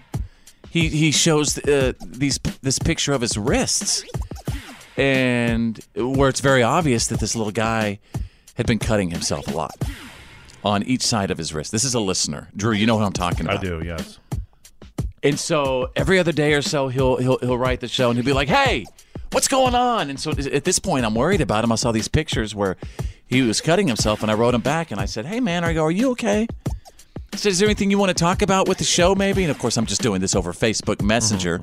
he, he shows uh, these this picture of his wrists and where it's very obvious that this little guy had been cutting himself a lot on each side of his wrist. This is a listener. Drew, you know who I'm talking I about. do. Yes. And so every other day or so, he'll he'll he'll write the show and he'll be like, "Hey, what's going on?" And so at this point, I'm worried about him. I saw these pictures where he was cutting himself, and I wrote him back and I said, "Hey, man, are you are you okay?" I said, "Is there anything you want to talk about with the show, maybe?" And of course, I'm just doing this over Facebook Messenger,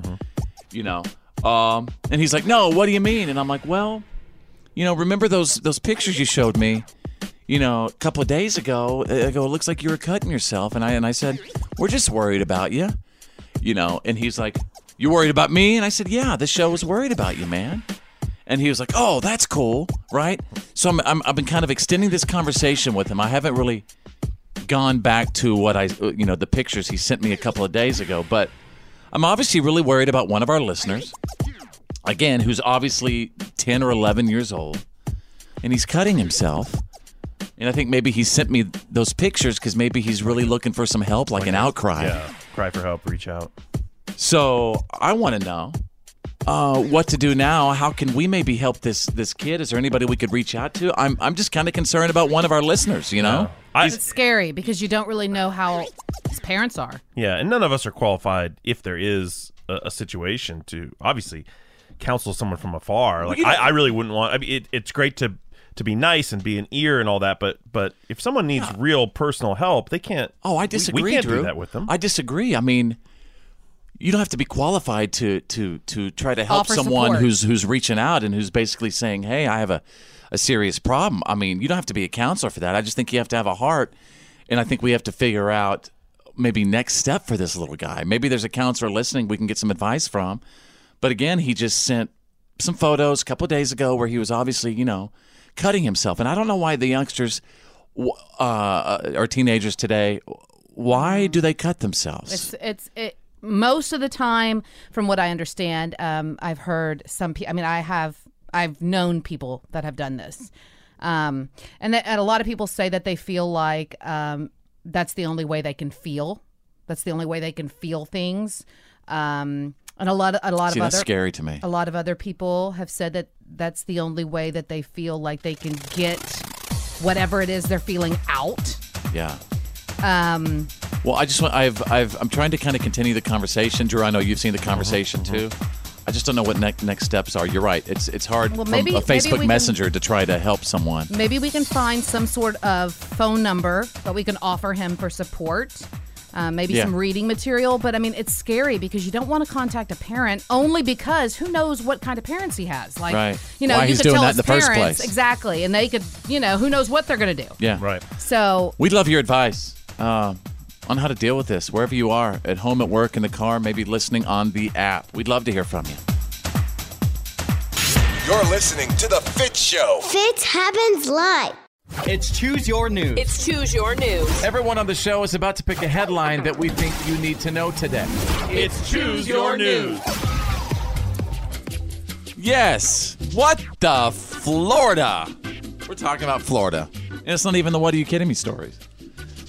you know. Um, and he's like, "No, what do you mean?" And I'm like, "Well, you know, remember those those pictures you showed me?" you know, a couple of days ago, I go, it looks like you were cutting yourself. And I and I said, we're just worried about you, you know. And he's like, You worried about me? And I said, Yeah, the show was worried about you, man. And he was like, Oh, that's cool, right? So I'm, I'm, I've been kind of extending this conversation with him. I haven't really gone back to what I, you know, the pictures he sent me a couple of days ago, but I'm obviously really worried about one of our listeners, again, who's obviously 10 or 11 years old, and he's cutting himself. And I think maybe he sent me those pictures because maybe he's really looking for some help, like an outcry. Yeah. Cry for help, reach out. So I want to know uh, what to do now. How can we maybe help this this kid? Is there anybody we could reach out to? I'm I'm just kind of concerned about one of our listeners. You know, it's scary because you don't really know how his parents are. Yeah, and none of us are qualified if there is a, a situation to obviously counsel someone from afar. Like you know- I, I really wouldn't want. I mean, it, it's great to to be nice and be an ear and all that, but but if someone needs real personal help, they can't. Oh, I we- disagree, We, can't Drew. do that with them. I disagree. I mean, you don't have to be qualified to to to try to help Offer someone support. who's who's reaching out and who's basically saying, "Hey, I have a a serious problem." I mean, you don't have to be a counselor for that. I just think you have to have a heart, and I think we have to figure out maybe next step for this little guy. Maybe there's a counselor listening we can get some advice from. But again, he just sent some photos a couple of days ago where he was obviously, you know, cutting himself. And I don't know why the youngsters w- uh, are teenagers today. Why do they cut themselves? It's it's it. Most of the time, from what I understand, um, I've heard some. Pe- I mean, I have I've known people that have done this, um, and, that, and a lot of people say that they feel like um, that's the only way they can feel. That's the only way they can feel things. Um, and a lot of a lot See, of that's other scary to me. A lot of other people have said that that's the only way that they feel like they can get whatever it is they're feeling out. yeah. Um, Well, I just want I've I've I'm trying to kind of continue the conversation, Drew. I know you've Mm-hmm. seen the conversation too. I just don't know what next next steps are. You're right. It's it's hard Well, from maybe- a maybe we Facebook can- Mm. Messenger to try to help someone. Maybe we can find some sort of phone number that we can offer him for support. Uh, maybe Yeah. some reading material, but I mean, it's scary because you don't want to contact a parent only because who knows what kind of parents he has. Like, Right. you know, Why you he's could doing tell that his in the first parents place. exactly, and they could, you know, who knows what they're going to do. Yeah. Right. So, We'd love your advice um, on how to deal with this, wherever you are, at home, at work, in the car, maybe listening on the app. We'd love to hear from you. You're listening to The Fit Show. Fits happens live. It's Choose Your News. It's Choose Your News. Everyone on the show is about to pick a headline that we think you need to know today. It's Choose Your News. Yes. What the Florida? We're talking about Florida. And it's not even the what are you kidding me stories.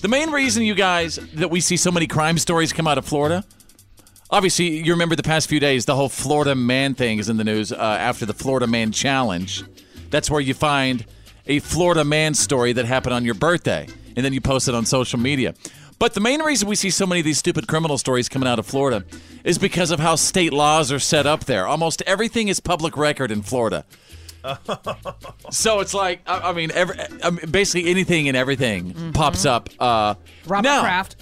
The main reason you guys that we see so many crime stories come out of Florida Obviously, you remember the past few days, the whole Florida man thing is in the news uh, after the Florida man challenge. That's where you find a Florida man story that happened on your birthday, and then you post it on social media. But the main reason we see so many of these stupid criminal stories coming out of Florida is because of how state laws are set up there. Almost everything is public record in Florida. so it's like, I, I mean, every, I mean, basically anything and everything pops up. Uh, Mm-hmm. Robert now- Kraft.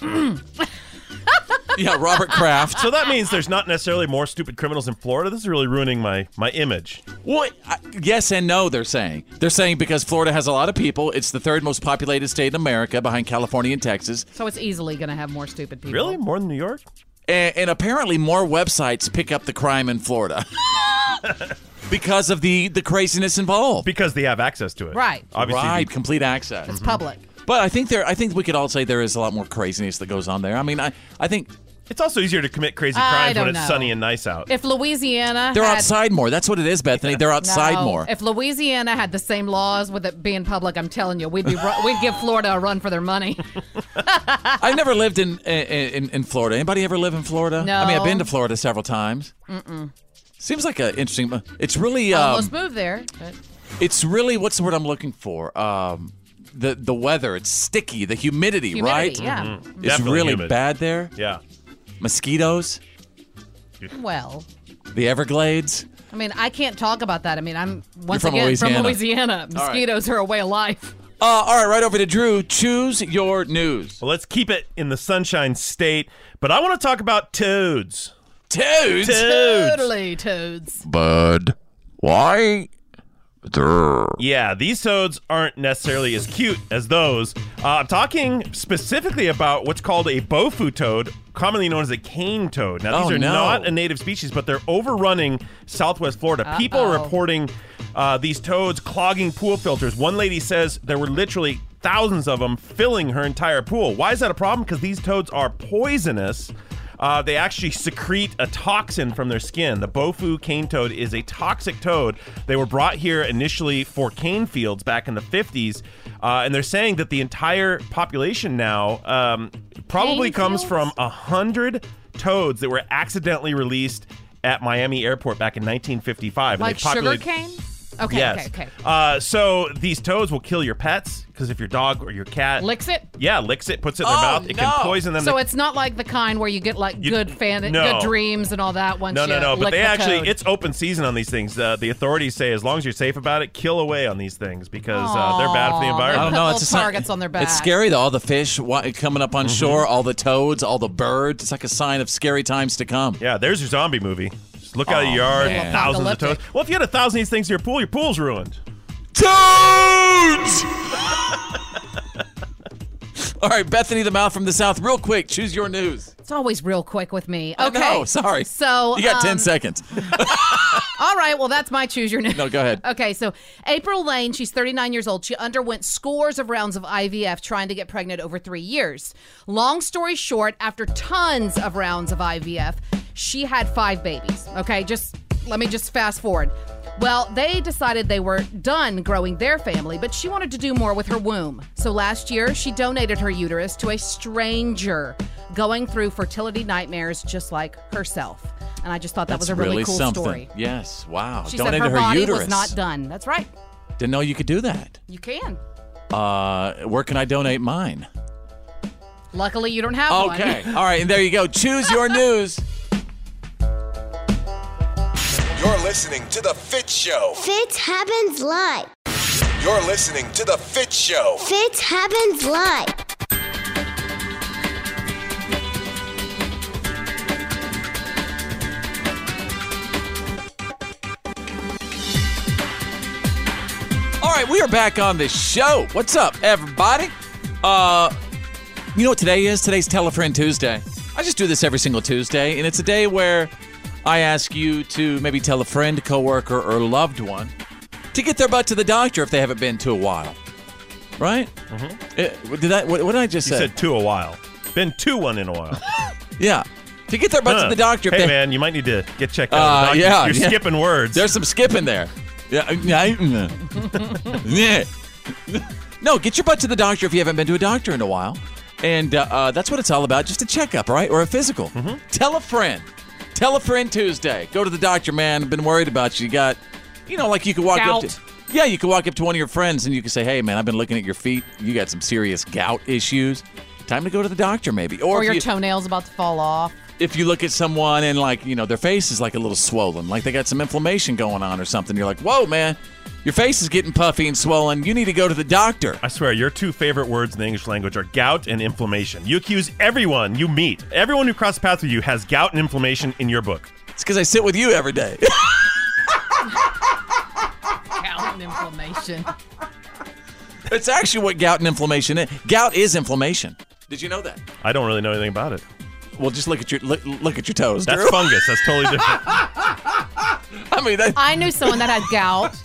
Yeah, Robert Kraft. so that means there's not necessarily more stupid criminals in Florida. This is really ruining my my image. What? I, yes and no. They're saying they're saying because Florida has a lot of people. It's the third most populated state in America, behind California and Texas. so it's easily going to have more stupid people. Really? More than New York? And, and apparently, more websites pick up the crime in Florida because of the the craziness involved. Because they have access to it, Right. Obviously, right? Complete access. It's public. But I think there. I think we could all say there is a lot more craziness that goes on there. I mean, I I think it's also easier to commit crazy I crimes don't when it's know. sunny and nice out. If Louisiana they're had- outside more. That's what it is, Bethany. They're outside No. more. If Louisiana had the same laws with it being public, I'm telling you, we'd be ru- we'd give Florida a run for their money. I've never lived in, in in in Florida. Anybody ever live in Florida? I mean, I've been No. to Florida several times. Mm-mm. Seems like an interesting. uh, It's really. Um, Almost moved there. but- it's really. What's the word I'm looking for? Um, the the weather. It's sticky. The humidity, Humidity, right? yeah. Mhm. It's Definitely really humid. bad there. Yeah. Mosquitoes. Well, The Everglades. I mean, I can't talk about that. I mean, I'm once from again Louisiana. from Louisiana. All right. Mosquitoes are a way of life. Uh, all right, right over to Drew. Choose your news. Well, let's keep it in the Sunshine State, but I want to talk about toads. Toads? Totally toads. Bud. Why? Yeah, these toads aren't necessarily as cute as those. Uh, I'm talking specifically about what's called a bofu toad, commonly known as the cane toad. Now, these Oh, are no. not a native species, but they're overrunning Southwest Florida. People are Uh-oh. reporting uh, these toads clogging pool filters. One lady says there were literally thousands of them filling her entire pool. Why is that a problem? Because these toads are poisonous. Uh, they actually secrete a toxin from their skin. The Bofu cane toad is a toxic toad. They were brought here initially for cane fields back in the 50s, uh, and they're saying that the entire population now um, probably Cane comes fields? from a hundred toads that were accidentally released at Miami Airport back in 1955. and like they populated- sugar cane. Okay, yes. okay, okay. Uh, so these toads will kill your pets because if your dog or your cat Licks it. yeah, licks it, puts it in their mouth, it can poison them. So to- it's not like the kind where you get like You- good fan, no. good dreams and all that. Once no, you no, no. But lick they the actually, code. it's open season on these things. Uh, the authorities say as long as you're safe about it, kill away on these things because uh, they're bad for the environment. I don't know. It's just not- targets on their back. It's scary though. All the fish wa- coming up on shore, all the toads, all the birds. It's like a sign of scary times to come. Yeah, there's your zombie movie. Just look out of your yard, thousands of toads. Well, if you had a thousand of these things in your pool, your pool's ruined. Toads. All right, Bethany the Mouth from the South, real quick, choose your news. It's always real quick with me. I Okay. know, sorry. So you got um, 10 seconds. All right. Well, that's my choose your name. No, go ahead. Okay, so April Lane, she's 39 years old. She underwent scores of rounds of IVF trying to get pregnant over three years. Long story short, after tons of rounds of IVF, she had five babies. Okay, just let me just fast forward. Well, they decided they were done growing their family, but she wanted to do more with her womb. So last year, she donated her uterus to a stranger going through fertility nightmares just like herself. And I just thought that was a really, cool something. story. Yes, wow. She Donated said her, body uterus. was not done. That's right. Didn't know you could do that. You can. Uh, where can I donate mine? Luckily, you don't have one. Okay. All right, and there you go. Choose your news. You're listening to The Fit Show. Fitz happens live. You're listening to The Fit Show. Fitz happens live. All right, we are back on the show. What's up, everybody? Uh, you know what today is? Today's Tell a Friend Tuesday. I just do this every single Tuesday, and it's a day where I ask you to maybe tell a friend, coworker, or loved one to get their butt to the doctor if they haven't been to a while. Right? Mm-hmm. did I, what, what did I just You say? said to a while. Been to one in a while. yeah. To get their butt Huh. to the doctor if Hey, they man, you might need to get checked out. Uh, Doc, you- yeah, You're yeah. skipping words. There's some skipping there. Yeah. uh, yeah, uh, yeah. no, get your butt to the doctor if you haven't been to a doctor in a while. And uh, uh, that's what it's all about just a checkup, all right? Or a physical. Tell a friend. Tell a friend Tuesday. Go to the doctor, man. I've been worried about you. You got, you know, like you could walk Gout. up to. Yeah, you could walk up to one of your friends and you could say, hey, man, I've been looking at your feet. You got some serious gout issues. Time to go to the doctor, maybe. Or, Or if your you- toenails about to fall off. if you look at someone and like you know their face is like a little swollen like they got some inflammation going on or something you're like whoa man your face is getting puffy and swollen you need to go to the doctor I swear, your two favorite words in the English language are gout and inflammation. You accuse everyone you meet, everyone who crosses paths with you, has gout and inflammation in your book. It's because I sit with you every day. Gout and inflammation. it's actually what gout and inflammation is gout is inflammation Did you know that? I don't really know anything about it. Well, just look at your look, look at your toes. That's Drew. fungus. That's totally different. I mean, that, I knew someone that had gout,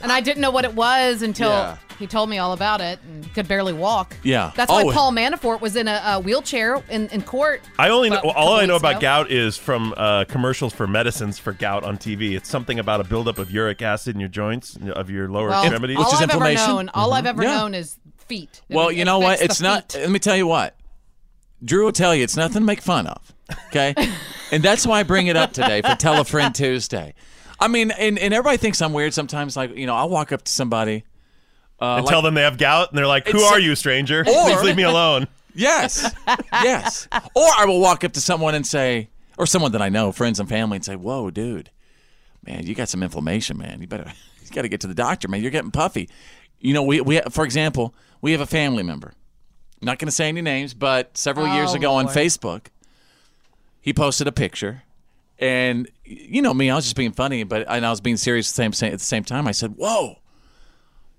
and I didn't know what it was until Yeah. he told me all about it and could barely walk. Yeah. That's Oh. why Paul Manafort was in a, a wheelchair in, in court. I only know, about a all I couple know weeks about ago. gout is from uh, commercials for medicines for gout on TV. It's something about a buildup of uric acid in your joints of your lower Well, extremities, all I've Ever known, all I've ever Mm-hmm. Yeah. known is feet. It- well, you it know what? affects It's the not. feet. Let me tell you what. Drew will tell you it's nothing to make fun of. Okay, and that's why I bring it up today for Tell a Friend Tuesday. I mean, and, and everybody thinks I'm weird sometimes. Like you know, I'll walk up to somebody uh, and like- tell them they have gout, and they're like, "Who It's- are you, stranger? Or- Please leave me alone." Yes. yes. Or I will walk up to someone and say, or someone that I know, friends and family, and say, "Whoa, dude, man, you got some inflammation, man. You better, you got to get to the doctor, man. You're getting puffy." You know, we we for example, we have a family member. I'm not going to say any names, but several years Oh, ago on Lord. Facebook, he posted a picture, and you know me, I was just being funny, but and I was being serious at the same at the same time. I said, "Whoa."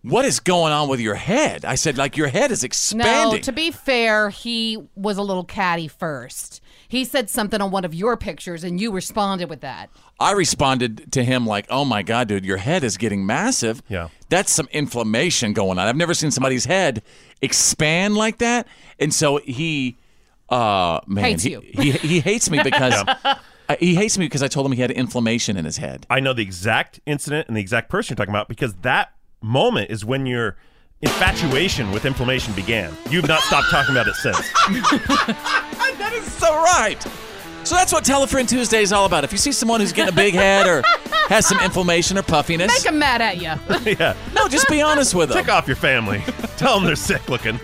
What is going on with your head? I said, like, your head is No, expanding. to be fair, he was a little catty first. He said something on one of your pictures, and you responded with that. I responded to him like, "Oh my god, dude, your head is getting massive. Yeah, that's some inflammation going on. I've never seen somebody's head expand like that." And so he, uh, man, Hates he, you. he he hates me because Yeah. I- he hates me because I told him he had inflammation in his head. I know the exact incident and the exact person you're talking about because that moment is when your infatuation with inflammation began. You've not stopped talking about it since. that is so right. So that's what Telefriend Tuesday is all about. If you see someone who's getting a big head or has some inflammation or puffiness, Make him mad at you. yeah. No, just be honest with them. Tick off your family. Tell them they're sick looking.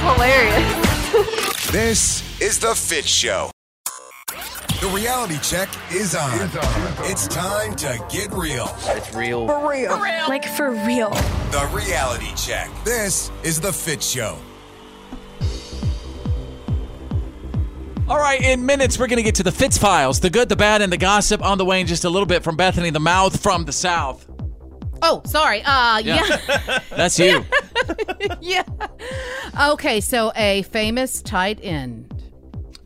Hilarious. This is the Fit Show. The reality check is on. It's, time to get real. It's real. For real. Like for real. The reality check. This is the Fit Show. All right, in minutes, we're going to get to the Fitz files the good, the bad, and the gossip on the way in just a little bit from Bethany, the mouth from the South. Oh, sorry. Uh, yeah. That's you. yeah. Okay, so a famous tight end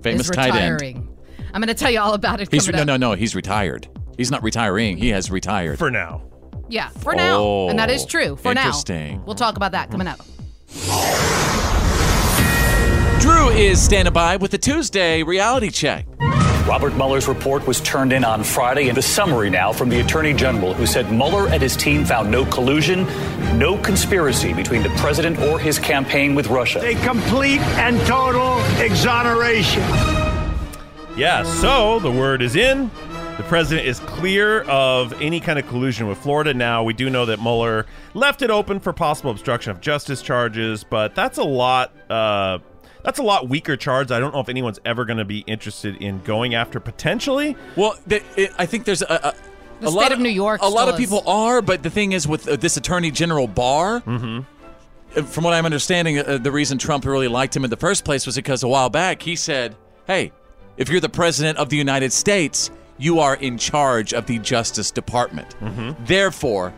Famous is tight end. retiring. I'm going to tell you all about it. He's coming no, up. no, no. He's retired. He's not retiring. He has retired for now. Yeah, for now. Oh, and that is true. For interesting. now. We'll talk about that coming up. Drew is standing by with the Tuesday reality check. Robert Mueller's report was turned in on Friday, and the summary now from the Attorney General, who said Mueller and his team found no collusion, no conspiracy between the president or his campaign with Russia. A complete and total exoneration. Yeah, so the word is in. The president is clear of any kind of collusion with Florida now. We do know that Mueller left it open for possible obstruction of justice charges, but that's a lot. Uh, that's a lot weaker charge. I don't know if anyone's ever going to be interested in going after potentially. Well, the, it, I think there's a. a The state of New York A lot still of people are, but the thing is, with uh, this Attorney General Barr, uh, from what I'm understanding, uh, the reason Trump really liked him in the first place was because a while back he said, "Hey, if you're the president of the United States, you are in charge of the Justice Department. Therefore,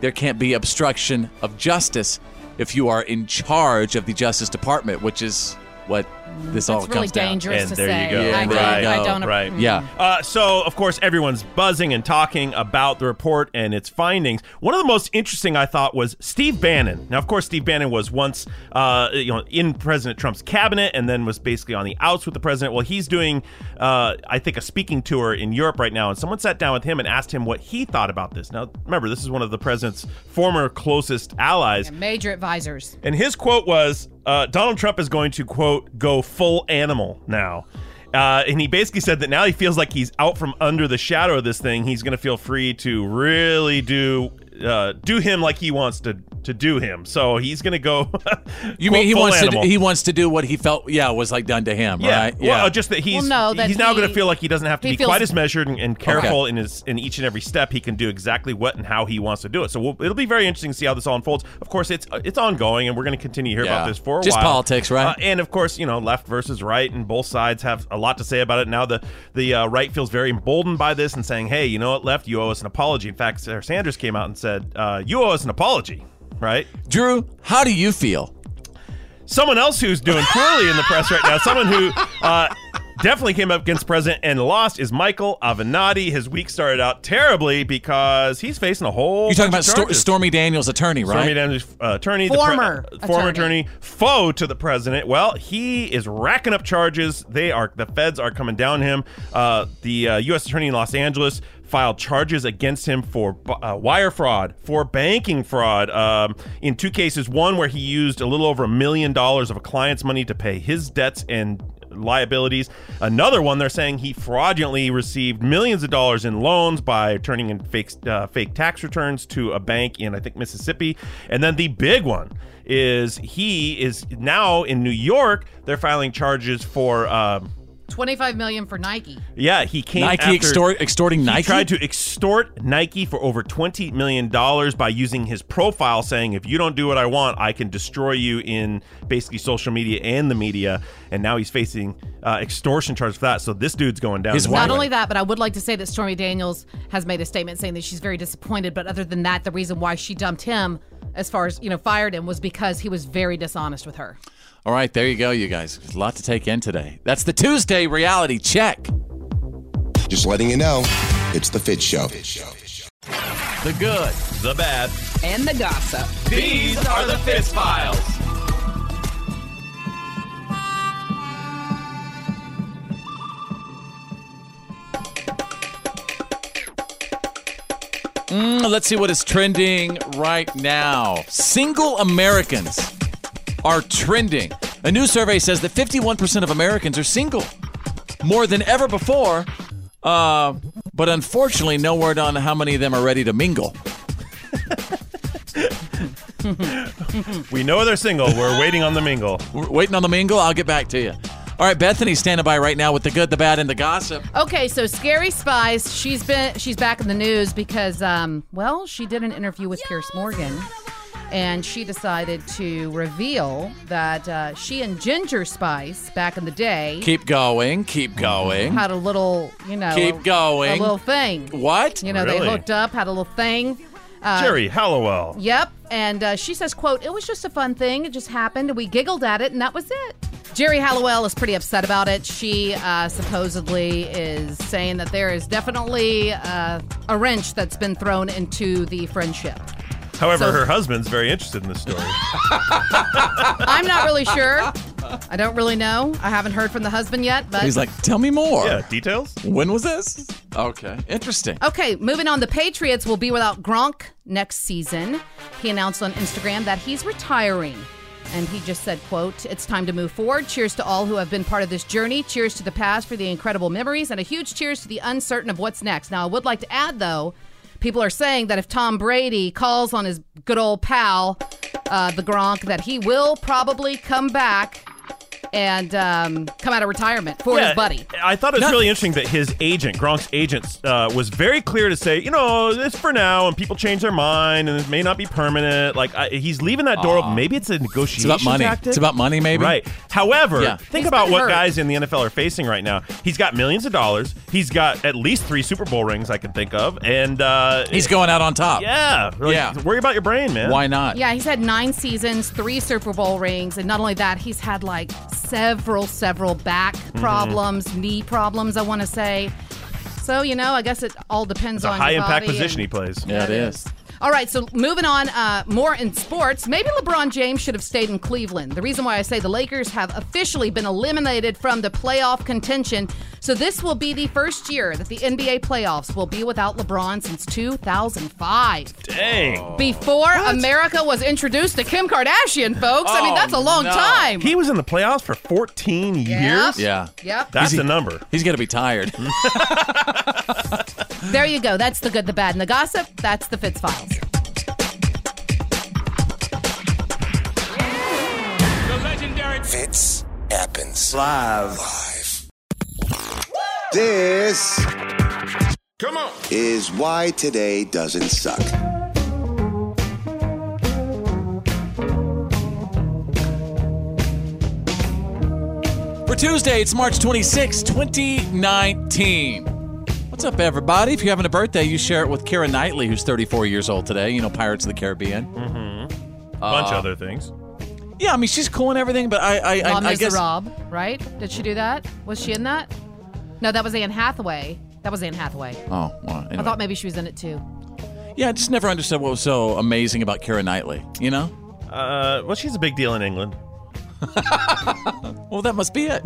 there can't be obstruction of justice if you are in charge of the Justice Department, which is what this all really comes down. dangerous And to there say. you go. Yeah, I right. don't- I don't- Right. mm. Yeah. Uh, so, of course, everyone's buzzing and talking about the report and its findings. One of the most interesting I thought was Steve Bannon. Now, of course, Steve Bannon was once, uh, you know, in President Trump's cabinet and then was basically on the outs with the president. Well, he's doing, uh, I think, a speaking tour in Europe right now, and someone sat down with him and asked him what he thought about this. Now, remember, this is one of the president's former closest allies. Major advisors. And his quote was uh, Donald Trump is going to, quote, go full animal now. Uh, and he basically said that now he feels like he's out from under the shadow of this thing. He's going to feel free to really do uh, do him like he wants to to do him. So he's going to go. You mean he wants to he wants to do what he felt yeah was like done to him, yeah. right? Well, uh, just that he's Well, no, that he's now going he- to feel like he doesn't have to he be feels- quite as measured and, and careful in his in each and every step. He can do exactly what and how he wants to do it. So we'll, it'll be very interesting to see how this all unfolds. Of course, it's it's ongoing, and we're going to continue to hear Yeah. about this for a Just while. politics, right? Uh, and of course, you know, left versus right, and both sides have a lot to say about it. Now the the uh, right feels very emboldened by this and saying, "Hey, you know what, left, you owe us an apology." In fact, Sarah Sanders came out and said, uh, "You owe us an apology." Right, Drew, how do you feel? someone else who's doing poorly in the press right now, someone who uh, definitely came up against president and lost is Michael Avenatti. His week started out terribly because he's facing a whole. You're talking bunch about of Stor- charges. Stormy Daniels' attorney, right? Stormy Daniels' uh, attorney, the Former uh, former attorney, foe to the president. Well, he is racking up charges. They are the feds are coming down him. Uh, the uh, U.S. attorney in Los Angeles filed charges against him for bu- uh, wire fraud, for banking fraud. Um, in two cases, one where he used a little over a million dollars of a client's money to pay his debts and liabilities. Another one, they're saying he fraudulently received millions of dollars in loans by turning in fake uh, fake tax returns to a bank in I think Mississippi. And then the big one is he is now in New York. They're filing charges for. um 25 million for Nike. Yeah, he came Nike after, extort- extorting he Nike? tried to extort Nike for over twenty million dollars by using his profile, saying, "If you don't do what I want, I can destroy you in basically social media and the media." And now he's facing uh, extortion charge for that. So this dude's going down. the Not toilet. only that, but I would like to say that Stormy Daniels has made a statement saying that she's very disappointed. But other than that, the reason why she dumped him, as far as you know, fired him was because he was very dishonest with her. All right, there you go, you guys. There's a lot to take in today. That's the Tuesday reality check. Just letting you know, it's the Fit Show. The good, the bad, And the gossip. These are the Fitz Files. Mm, let's see what is trending right now. Single Americans are trending. A new survey says that 51% of Americans are single, more than ever before. Uh, but unfortunately, no word on how many of them are ready to mingle. we know they're single. We're waiting on the mingle. We're waiting on the mingle. I'll get back to you. All right, Bethany's standing by right now with the good, the bad, and the gossip. Okay, so Scary Spice, she's been she's back in the news because um, well, she did an interview with Pierce Morgan and she decided to reveal that uh, she and Ginger Spice back in the day Keep going. Keep going. had a little, you know, Keep a- going. a little thing. What? You know, they hooked up, had a little thing. Uh, Jerry Hallowell. Yep. And uh, she says, quote, it was just a fun thing. It just happened. We giggled at it, and that was it. Jerry Hallowell is pretty upset about it. She uh, supposedly is saying that there is definitely uh, a wrench that's been thrown into the friendship. However, So- her husband's very interested in this story. I'm not really sure. I don't really know. I haven't heard from the husband yet, but He's like, tell me more. Yeah, details? When was this? Okay, interesting. Okay, moving on. The Patriots will be without Gronk next season. He announced on Instagram that he's retiring. And he just said, quote, It's time to move forward. Cheers to all who have been part of this journey. Cheers to the past for the incredible memories. And a huge cheers to the uncertain of what's next. Now, I would like to add, though, people are saying that if Tom Brady calls on his good old pal, uh, the Gronk, that he will probably come back and um, come out of retirement for Yeah, his buddy. I thought it was really interesting that his agent, Gronk's agent, uh, was very clear to say, you know, this for now, and people change their mind, and it may not be permanent. Like I, he's leaving that door open. Maybe it's a negotiation. money. tactic. It's about money, maybe. Right. However, Yeah. think He's about been what hurt. guys in the NFL are facing right now. He's got millions of dollars. He's got at least three Super Bowl rings I can think of, and uh, He's going out on top. Yeah. Like, Yeah. Worry about your brain, man. Why not? Yeah, he's had nine seasons, three Super Bowl rings, and not only that, he's had like several, several back Mm-hmm. problems, knee problems, I want to say. So, you know, I guess it all depends It's a on high your impact body position he and- plays. Yeah, it is. All right, so moving on, uh, more in sports. Maybe LeBron James should have stayed in Cleveland. The reason why I say the Lakers have officially been eliminated from the playoff contention. So this will be the first year that the NBA playoffs will be without LeBron since 2005. Dang. Before America was introduced to Kim Kardashian, folks. I mean, Oh, that's a long no. time. He was in the playoffs for 14 years. Yeah. Yep. That's the number. He's going to be tired. There you go. That's the good, the bad, and the gossip. That's the Fitz Files. The legendary Fits happens live. Live. This. Come on. Is why today doesn't suck. For Tuesday, it's March 26, 2019. What's up, everybody? If you're having a birthday, you share it with Kara Knightley, who's 34 years old today. You know, Pirates of the Caribbean. Mm-hmm. Bunch Uh, of other things. Yeah, I mean, she's cool and everything, but I, I, I, La I guess Rob, right? Did she do that? Was she in that? No, that was Anne Hathaway. That was Anne Hathaway. Oh, well, I anyway. thought maybe she was in it too. yeah, I just never understood what was so amazing about Kara Knightley. You know? Uh, well, she's a big deal in England. Well, that must be it.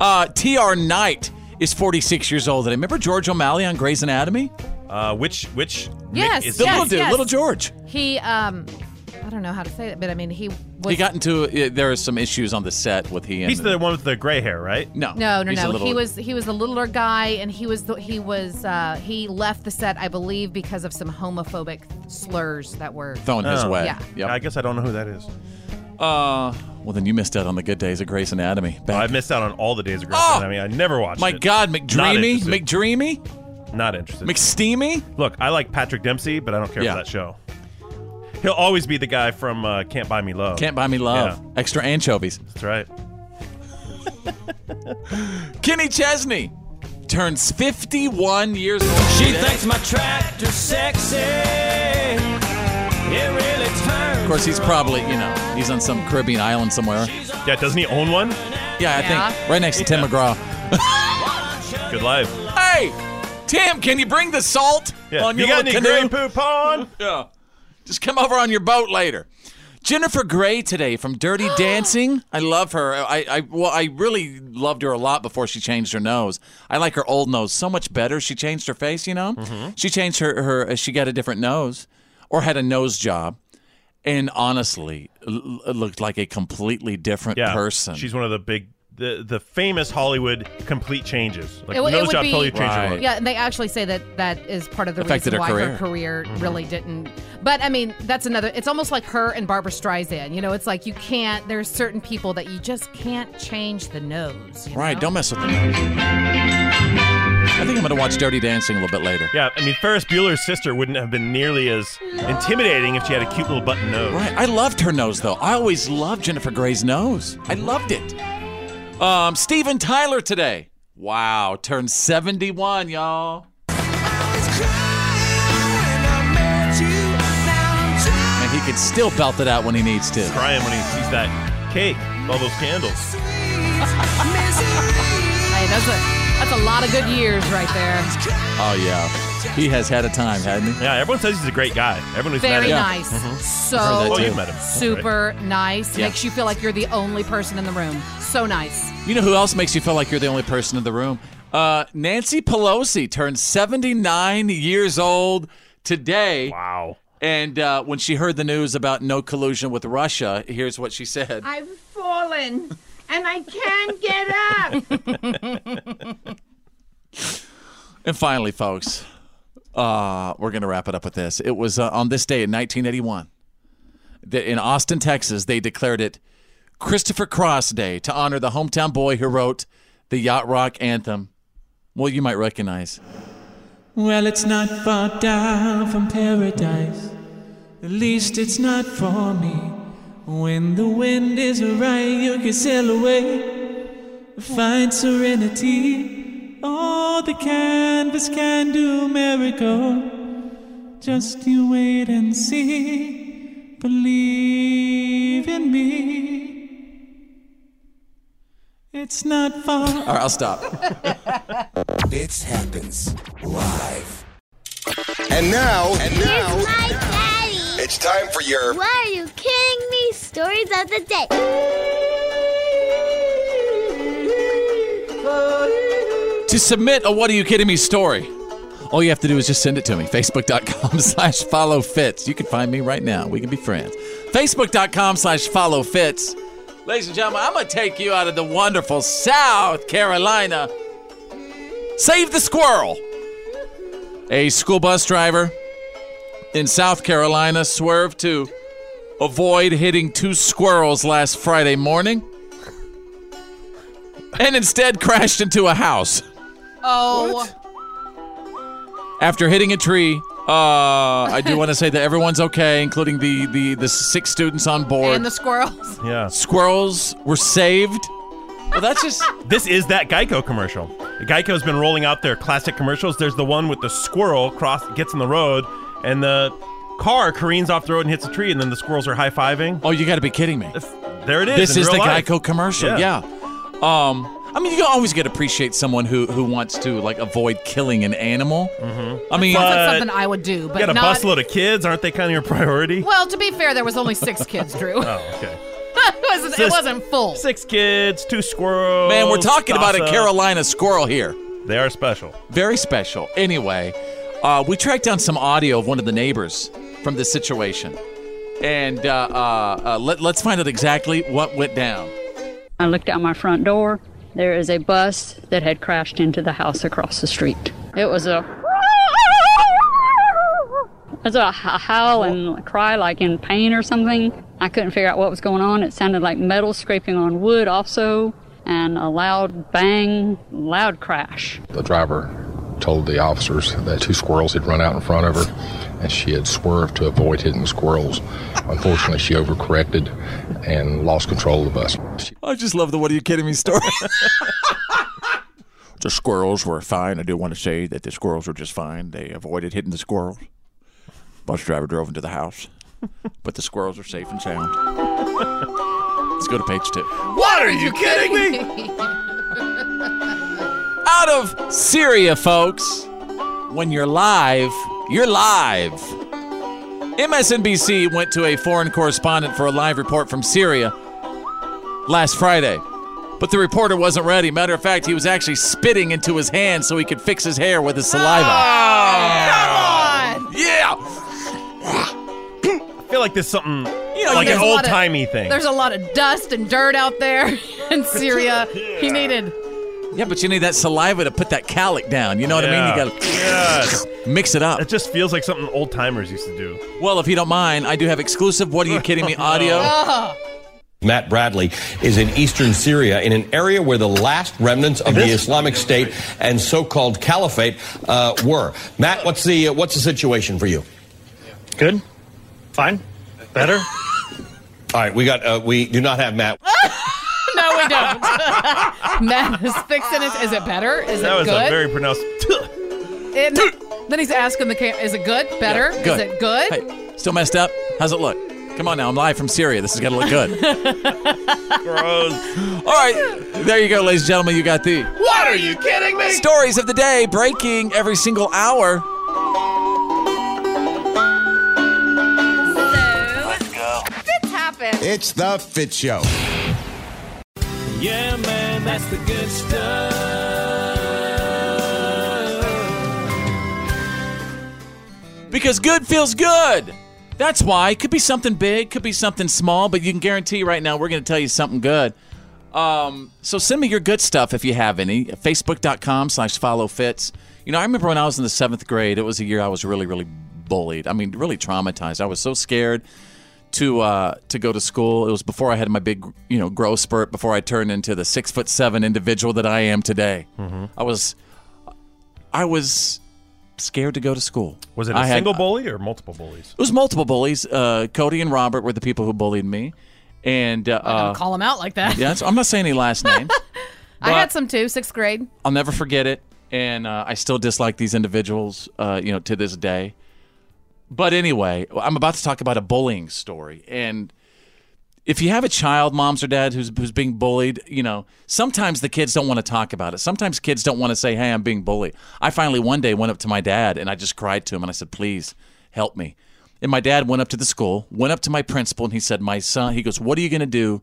Uh, T.R. Knight is 46 years old today. Remember George O'Malley on Grey's Anatomy? Uh, which which Yes, the little yes, dude, yes. little George. He, um, I don't know how to say it, but I mean, he was. he got into uh, there are some issues on the set with he and He's the one with the gray hair, right? No, no, no, he's a no. little- He was he was a littler guy, and he was the, he was uh, he left the set, I believe, because of some homophobic slurs that were Oh, Thrown his way. Yeah. I guess I don't know who that is. Uh, Well, then you missed out on the good days of Grey's Anatomy. I missed out on all the days of Grey's Oh! Anatomy. I never watched My it. God, Not McDreamy? interested. McDreamy? Not interested. McSteamy? Look, I like Patrick Dempsey, but I don't care Yeah. for that show. He'll always be the guy from uh, Can't Buy Me Love. Can't Buy Me Love. Extra anchovies. That's right. Kenny Chesney turns 51 years old. She thinks my tractor sexy. It really turns. Of course, he's probably, you know, he's on some Caribbean island somewhere. Yeah, doesn't he own one? Yeah, I Yeah. think right next to Tim McGraw. Good life. Hey, Tim, can you bring the salt Yeah. on You your got little any canoe? gray poop on? yeah. Just come over on your boat later. Jennifer Grey today from Dirty Dancing. I love her. I, I well, I really loved her a lot before she changed her nose. I like her old nose so much better. She changed her face, you know. Mm-hmm. She changed her her. uh, She got a different nose, or had a nose job, and honestly, l- l- looked like a completely different Yeah. person. She's one of the big, the, the famous Hollywood complete changes. Like, It w- it nose would job be- totally changed her Right. look. Yeah, and they actually say that that is part of the Affected reason why her Mm-hmm. her career really didn't. But I mean, that's another. It's almost like her and Barbara Streisand. You know, it's like you can't. There's certain people that you just can't change the nose. you right? know? Don't mess with the nose. I think I'm gonna watch Dirty Dancing a little bit later. Yeah, I mean, Ferris Bueller's sister wouldn't have been nearly as intimidating if she had a cute little button nose. Right. I loved her nose, though. I always loved Jennifer Gray's nose. I loved it. Um, Steven Tyler today. Wow, turned 71, y'all. And he could still belt it out when he needs to. Crying when he sees that cake, all those candles. Hey, that's a that's a lot of good years right there. Oh, yeah. He has had a time, hasn't he? Yeah, everyone says he's a great guy. Everyone who's Very met him. nice. Mm-hmm. So Heard that, Oh, too. you've met him. That's super nice. Yeah. Makes you feel like you're the only person in the room. So nice. You know who else makes you feel like you're the only person in the room? Uh, Nancy Pelosi turned 79 years old today. Wow. And uh, when she heard the news about no collusion with Russia, here's what she said. I've fallen and I can't get up. And finally, folks, uh, we're going to wrap it up with this. It was uh, on this day in 1981 that in Austin, Texas, they declared it Christopher Cross Day to honor the hometown boy who wrote the yacht rock anthem. Well, you might recognize. Well, it's not far down from paradise. At least it's not for me. When the wind is right, you can sail away. Find serenity. Oh, the canvas can do miracle. Just you wait and see. Believe in me. It's not far. All right, I'll stop. It happens live. And now, and now, it's time for your Why are you kidding me? Stories of the day. To submit a What Are You Kidding Me story, all you have to do is just send it to me. Facebook.com slash follow fits. You can find me right now. We can be friends. Facebook.com slash follow fits. Ladies and gentlemen, I'm going to take you out of the wonderful South Carolina. Save the squirrel. A school bus driver in South Carolina swerved to avoid hitting two squirrels last Friday morning and instead crashed into a house. Oh, after hitting a tree. Uh, I do want to say that everyone's okay, including the the the six students on board. and the squirrels. Yeah. Squirrels were saved. Well, that's just. This is that Geico commercial. Geico's been rolling out their classic commercials. There's the one with the squirrel cross gets in the road, and the car careens off the road and hits a tree, and then the squirrels are high fiving. Oh, you got to be kidding me! There it is. This in is real the life. Geico commercial. Yeah. Um, I mean, you always get to appreciate someone who who wants to like avoid killing an animal. Mm-hmm. I mean, Sounds like something I would do, You but got a not. busload of kids. Aren't they kind of your priority? Well, to be fair, there was only six kids, Drew. Oh, okay. it, wasn't, it Sis- wasn't full. Six kids, two squirrels. Man, we're talking about a Sasa. Carolina squirrel here. They are special. Very special. Anyway, uh, we tracked down some audio of one of the neighbors from this situation. And uh, uh, uh, let, let's find out exactly what went down. I looked out my front door. There is a bus that had crashed into the house across the street. It was a it was a h- howl and cry like in pain or something. I couldn't figure out what was going on. It sounded like metal scraping on wood, also, and a loud bang, loud crash. The driver told the officers that two squirrels had run out in front of her and she had swerved to avoid hitting the squirrels. Unfortunately, she overcorrected and lost control of us. She- I just love the "What are you kidding me?" story. the squirrels were fine. I do want to say that the squirrels were just fine. They avoided hitting the squirrels. Bus driver drove into the house, but the squirrels are safe and sound. Let's go to page two. What are you kidding me? Out of Syria, folks. When you're live, you're live. MSNBC went to a foreign correspondent for a live report from Syria last Friday. But the reporter wasn't ready. Matter of fact, he was actually spitting into his hand so he could fix his hair with his saliva. Yeah. I feel like there's something You know, like there's an a lot old of- timey thing. There's a lot of dust and dirt out there in Syria. He needed. Yeah, but you need that saliva to put that calic down. You know what I mean? You gotta mix it up. It just feels like something old timers used to do. Well, if you don't mind, I do have exclusive What Are You Kidding Me audio. Matt Bradley is in eastern Syria in an area where the last remnants of the Islamic State and so-called caliphate uh, were. Matt, what's the uh, what's the situation for you? Good, fine, better. All right, we got uh, we do not have Matt. no, we don't. Matt is fixing it. Is it better? Is that it was good? a very pronounced. It- then he's asking the camera, is it good? Better? Is it good? Hey, still messed up? How's it look? Come on now, I'm live from Syria. This is gonna look good. Gross. All right, there you go, ladies and gentlemen. You got the What are you kidding me? stories of the day breaking every single hour. This happened. It's the Fit Show. Yeah, man, that's the good stuff. Because good feels good. That's why. It could be something big, could be something small, but you can guarantee right now we're going to tell you something good. Um, so send me your good stuff if you have any. Facebook.com slash follow fits. You know, I remember when I was in the seventh grade, it was a year I was really, really bullied. I mean, really traumatized. I was so scared to uh, to go to school. It was before I had my big, you know, growth spurt, before I turned into the six foot seven individual that I am today. Mm-hmm. I was I was scared to go to school. Was it a a single bully or multiple bullies? it was multiple bullies. Uh, Cody and Robert were the people who bullied me, and uh, Don't call him out like that. yeah, so I'm not saying any last names. I had but- some too, sixth grade. I'll never forget it, and uh, I still dislike these individuals, uh, you know, to this day. But anyway, I'm about to talk about a bullying story, and if you have a child, moms or dads, who's who's being bullied, you know, sometimes the kids don't want to talk about it. Sometimes kids don't want to say, "Hey, I'm being bullied." I finally one day went up to my dad and I just cried to him and I said, "Please help me." And my dad went up to the school, went up to my principal, and he said, "My son," he goes, "What are you going to do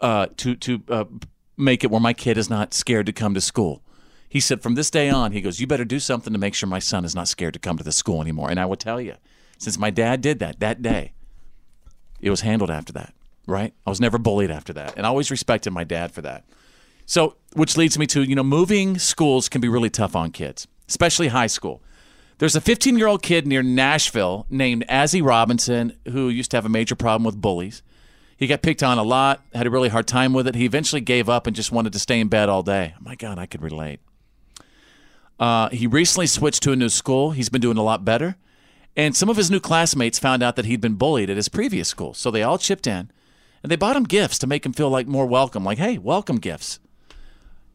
uh, to to uh, make it where my kid is not scared to come to school?" He said, "From this day on," he goes, "You better do something to make sure my son is not scared to come to the school anymore." And I will tell you, since my dad did that that day it was handled after that, right? I was never bullied after that. And I always respected my dad for that. So, which leads me to, you know, moving schools can be really tough on kids, especially high school. There's a 15 year old kid near Nashville named Azzy Robinson who used to have a major problem with bullies. He got picked on a lot, had a really hard time with it. He eventually gave up and just wanted to stay in bed all day. My God, I could relate. Uh, he recently switched to a new school. He's been doing a lot better. And some of his new classmates found out that he'd been bullied at his previous school. So they all chipped in and they bought him gifts to make him feel like more welcome, like, hey, welcome gifts.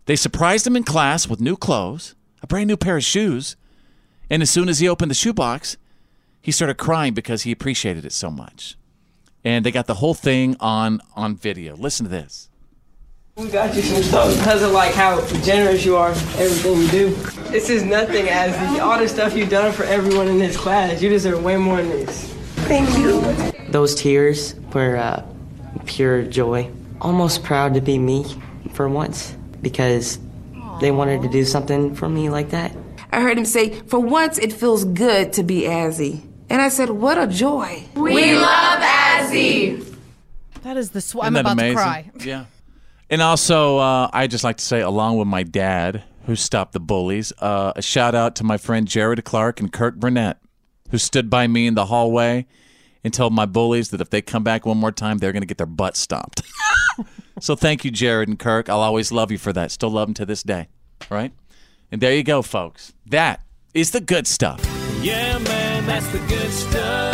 They surprised him in class with new clothes, a brand new pair of shoes. And as soon as he opened the shoebox, he started crying because he appreciated it so much. And they got the whole thing on on video. Listen to this. We got you some stuff because of like how generous you are, with everything you do. This is nothing as the, all the stuff you've done for everyone in this class. You deserve way more than this. Thank you. Those tears were uh, pure joy. Almost proud to be me for once because they wanted to do something for me like that. I heard him say, For once it feels good to be Azzy. And I said, What a joy. We love Azzy. That is the sw- I'm Isn't that about amazing? to cry. Yeah. And also, uh, I just like to say, along with my dad, who stopped the bullies, uh, a shout out to my friend Jared Clark and Kurt Burnett, who stood by me in the hallway and tell my bullies that if they come back one more time, they're going to get their butt stomped. so thank you, Jared and Kirk. I'll always love you for that. Still love them to this day. Right? And there you go, folks. That is the good stuff. Yeah, man, that's the good stuff.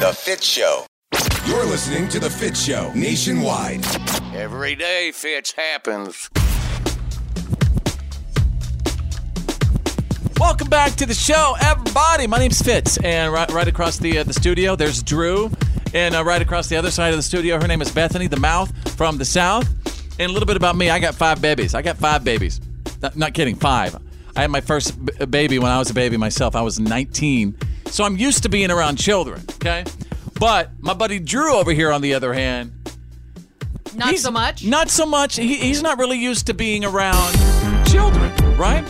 The Fit Show. You're listening to The Fit Show nationwide. Every day, Fitch happens. Welcome back to the show, everybody. My name's Fitz, and right, right across the uh, the studio, there's Drew, and uh, right across the other side of the studio, her name is Bethany, the mouth from the south. And a little bit about me, I got five babies. I got five babies. Not, not kidding, five. I had my first b- uh, baby when I was a baby myself. I was 19, so I'm used to being around children. Okay, but my buddy Drew over here, on the other hand, Not so much. not so much. He, he's not really used to being around children, right?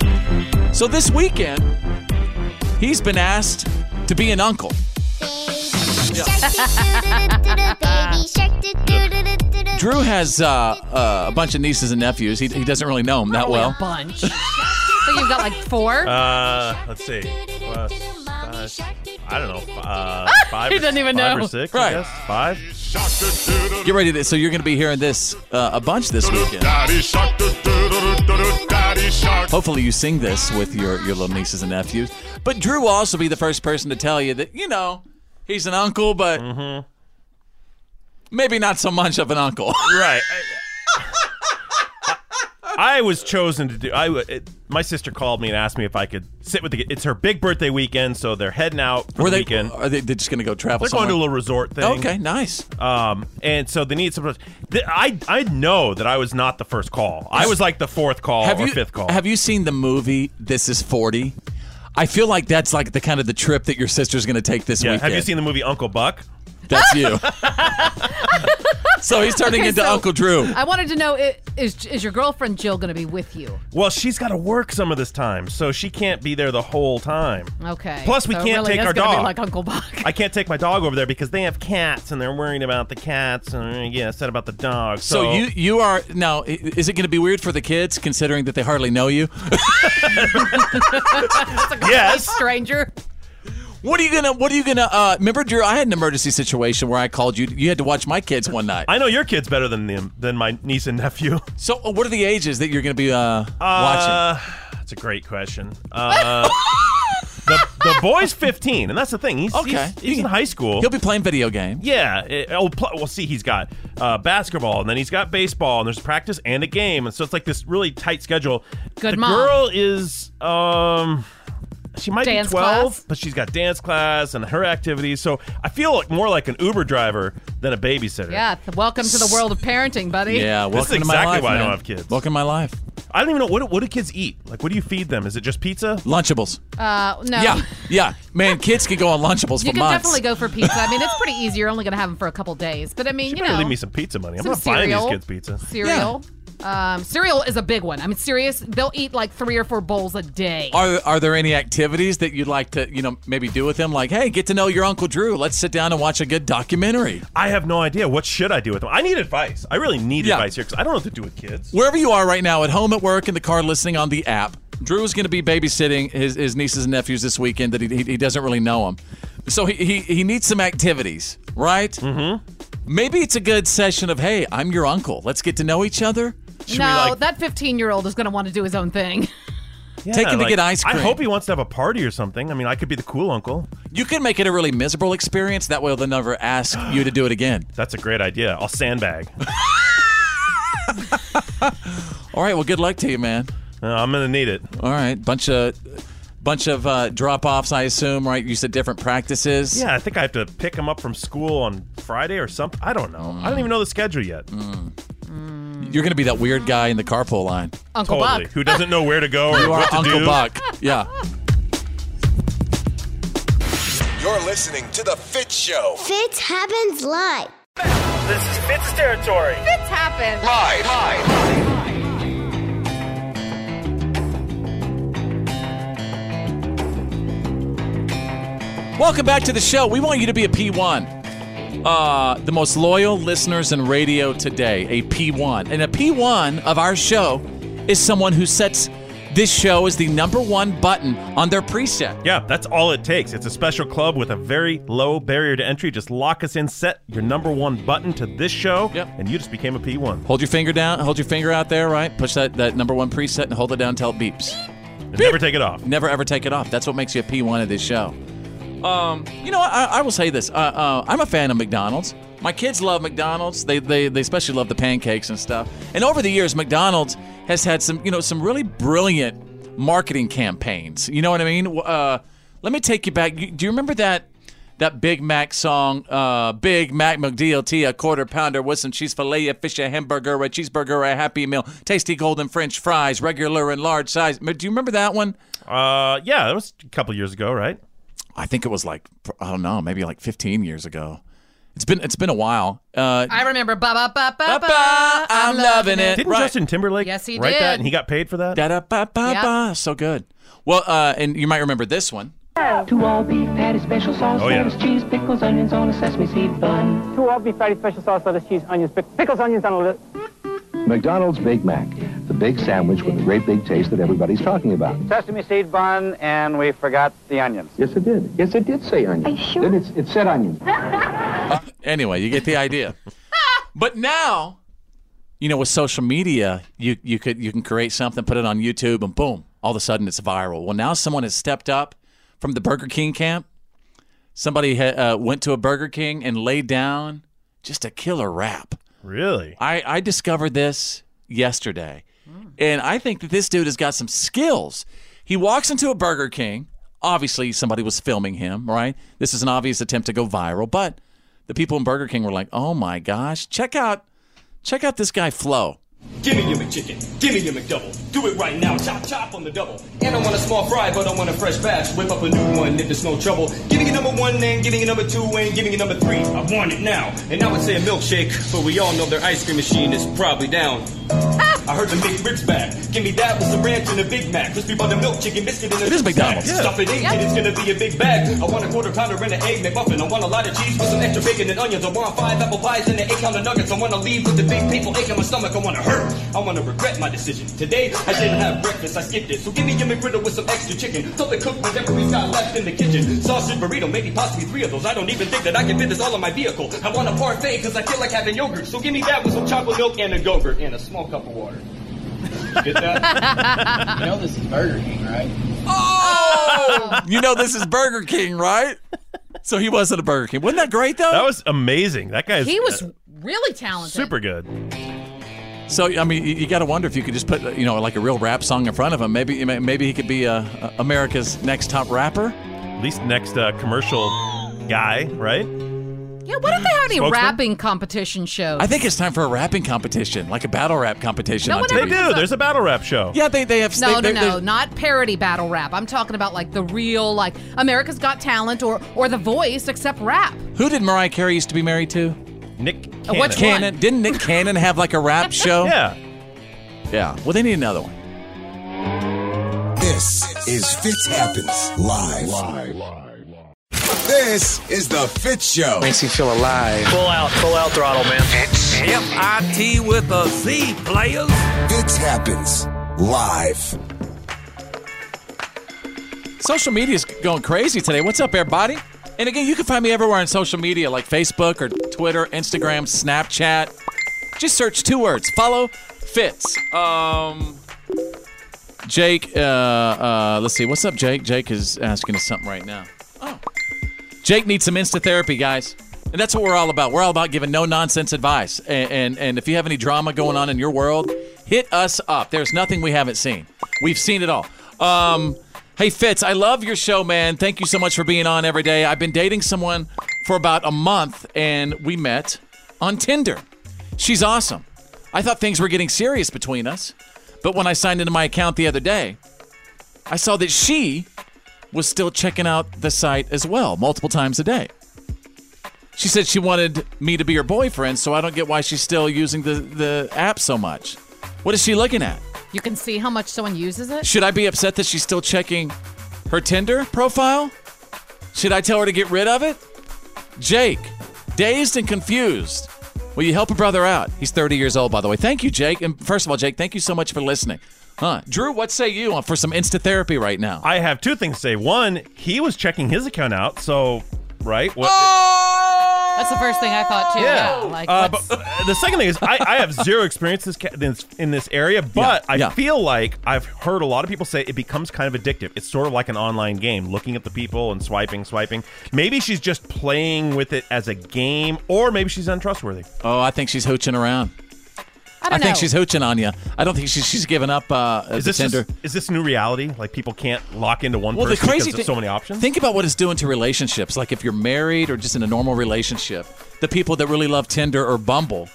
So this weekend, he's been asked to be an uncle. Drew has uh, uh, a bunch of nieces and nephews. He, he doesn't really know them Oh, that well. bunch. so you've got like four. Uh, let's see. Plus, five, I don't know. Uh, five. He or- doesn't even five know. Or six, Right. I guess. Five. Get ready. To, so you're going to be hearing this uh, a bunch this weekend. Hopefully, you sing this with your, your little nieces and nephews. But Drew will also be the first person to tell you that, you know, he's an uncle, but Mm-hmm. maybe not so much of an uncle. Right. I was chosen to do. I w- it, my sister called me and asked me if I could sit with the. It's her big birthday weekend, so they're heading out for Were the they- weekend. Are they they're just going to go travel They're going to a somewhere? little resort thing. Okay, nice. Um, and so they need some. th- I I know that I was not the first call. I was like the fourth call have or you, fifth call. Have you seen the movie This Is 40? I feel like that's like the kind of the trip that your sister's going to take this yeah. weekend. Have you seen the movie Uncle Buck? That's you. so he's turning Okay, into so- Uncle Drew. I wanted to know i- is is your girlfriend Jill going to be with you? Well, she's got to work some of this time, so she can't be there the whole time. Okay. Plus, we So can't really take is our gonna dog. Be like Uncle Bob. I can't take my dog over there because they have cats and they're worried about the cats and uh, yeah, said about the dog. So, So, you you are now. i- Is it going to be weird for the kids considering that they hardly know you? yes, stranger. What are you gonna? What are you gonna? Uh, remember, Drew, I had an emergency situation where I called you. You had to watch my kids one night. I know your kids better than them than my niece and nephew. So, uh, what are the ages that you're gonna be uh, watching? Uh, That's a great question. Uh, the the boy's fifteen, and that's the thing. He's Okay. he's, he's in high school. He'll be playing video games. Yeah. It, oh, pl- well, see, he's got uh, basketball, and then he's got baseball, and there's practice and a game, and so it's like this really tight schedule. Good the mom. girl is um, she might Dance be twelve, class? but she's got dance class and her activities. So I feel like more like an Uber driver than a babysitter. Yeah. Welcome to the world of parenting, buddy. Yeah, welcome this is to my exactly life, why I man. don't have kids. Welcome to my life. I don't even know what what do kids eat. Like, what do you feed them? Is it just pizza? Lunchables. Uh, no. Yeah, yeah, man, kids could go on Lunchables You for can months. definitely go for pizza. I mean, it's pretty easy. You're only going to have them for a couple days, but I mean, you better know, leave me some pizza money. I'm some not cereal, buying these kids pizza. Cereal. Um, cereal is a big one. I mean, serious. They'll eat like three or four bowls a day. Are are there any activities that you'd like to, you know, maybe do with him? Like, hey, get to know your Uncle Drew. Let's sit down and watch a good documentary. I have no idea. What should I do with them? I need advice. I really need advice here because I don't know what to do with kids. Wherever you are right now, at home, at work, in the car, listening on the app, Drew is going to be babysitting his, his nieces and nephews this weekend that he, he, he doesn't really know them. So he, he, he needs some activities, right? Mm-hmm. Maybe it's a good session of, hey, I'm your uncle. Let's get to know each other. no, that 15 year old is going to want to do his own thing. Take him to like, get ice cream. I hope he wants to have a party or something. I mean, I could be the cool uncle. You can make it a really miserable experience. That way they'll never ask you to do it again. That's a great idea. I'll sandbag. Uh, All right, well, good luck to you, man. Uh, I'm gonna need it. All right, bunch of bunch of uh, drop offs, I assume. Right? You said different practices. Yeah, I think I have to pick him up from school on Friday or something. I don't know. I don't even know the schedule yet. Mm. You're gonna be that weird guy in the carpool line. Uncle totally. Buck. Who doesn't know where to go or You are Oh. what to Uncle do. Buck. Yeah. You're listening to The Fit Show. Fitz happens live. This is Fitz territory. Fitz happens. Live. Welcome back to the show. We want you to be a P1. Uh, the most loyal listeners in radio today, a P1. And a P1 of our show is someone who sets This show is the number one button on their preset. Yeah, that's all it takes. It's a special club with a very low barrier to entry. Just lock us in, set your number one button to this show, and you just became a P1. Hold your finger down. Hold your finger out there, right? Push that, that number one preset and hold it down until it beeps. Never take it off. Never ever take it off. That's what makes you a P1 of this show. Um, you know, I, I will say this. Uh, uh, I'm a fan of McDonald's. My kids love McDonald's. They, they they especially love the pancakes and stuff. And over the years, McDonald's has had some you know some really brilliant marketing campaigns. You know what I mean? W- Uh, let me take you back. You- Do you remember that that Big Mac song? Uh, Big Mac McDLT, a quarter pounder with some cheese fillet, a fish, a hamburger, a cheeseburger, a Happy Meal, tasty golden French fries, regular and large size. Do you remember that one? Uh, yeah, that was a couple years ago, right? I think it was like I don't know, maybe like 15 years ago. It's been it's been a while. Uh, I remember ba ba ba ba ba. I'm loving it. Didn't Uh, Right. Justin Timberlake Yes, he write did. that and he got paid for that? Da da ba ba Yeah. ba. So good. Well, uh, and you might remember this one. To all beef patty, special sauce, Oh, yeah. lettuce, cheese, pickles, onions on a sesame seed bun. To all beef patty, special sauce, lettuce, cheese, onions, pic- pickles, onions on a lettuce. McDonald's Big Mac, the big sandwich with the great big taste that everybody's talking about. Sesame seed bun, and we forgot the onions. Yes, it did. Yes, it did say onion. Then it's, it said onion. Anyway, you get the idea. but now, you know, with social media, you you could you can create something, put it on YouTube, and boom, all of a sudden it's viral. Well, now someone has stepped up from the Burger King camp. Somebody ha- uh, went to a Burger King and laid down just a killer rap. Really? I, I discovered this yesterday. And I think that this dude has got some skills. He walks into a Burger King. Obviously, somebody was filming him, right? This is an obvious attempt to go viral, but the people in Burger King were like, "Oh my gosh, check out check out this guy Flo." Give me your McChicken. Give me your McDouble. Do it right now. Chop, chop on the double. And I want a small fry, but I want a fresh batch. Whip up a new one if there's no trouble. Give me your number one and give me your number two and give me your number three. I want it now. And I would say a milkshake, but we all know their ice cream machine is probably down. I heard the McRib's back. Give me that with some ranch and a Big Mac. Crispy butter milk, chicken biscuit, and a It is Big McDonald's. Mac. Stuff it in, and it's gonna be a big bag. I want a quarter pounder and an egg McMuffin. I want a lot of cheese with some extra bacon and onions. I want five apple pies and an eight count of nuggets. I want to leave with the big painful ache in my stomach. I want to hurt. I want to regret my decision. Today, I didn't have breakfast. I skipped it. So give me your McGriddle with some extra chicken. So the cook whatever he's got left in the kitchen. Sausage burrito, maybe possibly three of those. I don't even think that I can fit this all in my vehicle. I want a parfait because I feel like having yogurt. So give me that with some chocolate milk and a yogurt and a small cup of water. Get that? you know this is Burger King, right? Oh! you know this is Burger King, right? So he wasn't a Burger King. Wasn't that great though? That was amazing. That guy uh, He was really talented. good. So I mean, you, you got to wonder if you could just put, you know, like a real rap song in front of him. Maybe maybe he could be uh, uh, America's next top rapper. At least next uh, commercial guy, right? Yeah, what if they had any Spokesman? rapping competition shows? I think it's time for a rapping competition, like a battle rap competition. No on one TV. ever They do. does that. There's a battle rap show. Yeah, they they have. No, they, no, they- no, not parody battle rap. I'm talking about like the real, like America's Got Talent or or The Voice, except rap. Who did Mariah Carey used to be married to? Nick Uh, which Cannon. one? Cannon. Didn't Nick Cannon have like a rap show? yeah. Yeah. Well, they need another one. This is Fitz Happens live. Live. This is the Fitz Show. Makes you feel alive. Full out, full out throttle, man. It's F-I-T with a Z, players. Fitz Happens live. Social media's going crazy today. What's up, everybody? And again, you can find me everywhere on social media like Facebook or Twitter, Instagram, Snapchat. Just search two words. Follow Fitz. Um, Jake, uh, uh, let's see. What's up, Jake? Jake is asking us something right now. Oh. Jake needs some insta therapy, guys. And that's what we're all about. We're all about giving no nonsense advice. And, and and if you have any drama going on in your world, hit us up. There's nothing we haven't seen. We've seen it all. Um, hey Fitz, I love your show, man. Thank you so much for being on every day. I've been dating someone for about a month, and we met on Tinder. She's awesome. I thought things were getting serious between us, but when I signed into my account the other day, I saw that she was still checking out the site as well, multiple times a day. She said she wanted me to be her boyfriend, so I don't get why she's still using the, the app so much. What is she looking at? You can see how much someone uses it. Should I be upset that she's still checking her Tinder profile? Should I tell her to get rid of it? Jake, dazed and confused, Will you help a brother out? He's 30 years old, by the way. Thank you, Jake. And first of all, Jake, thank you so much for listening. Huh. Drew, what say you on- for some insta therapy right now? I have two things to say. One, he was checking his account out, so right. What, Oh! That's the first thing I thought too. Yeah. like Uh, what's- but uh, the second thing is, I, I have zero experience this ca- this- in this area, but I feel like I've heard a lot of people say it becomes kind of addictive. It's sort of like an online game, looking at the people and swiping, swiping. Maybe she's just playing with it as a game, or maybe she's untrustworthy. Oh, I think she's hooching around. I don't think know. she's hooching on you. I don't think she's she's given up uh, Is the this Tinder. just- is this new reality? Like people can't lock into one person because there's so many options. Think about what it's doing to relationships. Like if you're married or just in a normal relationship, the people that really love Tinder or Bumble,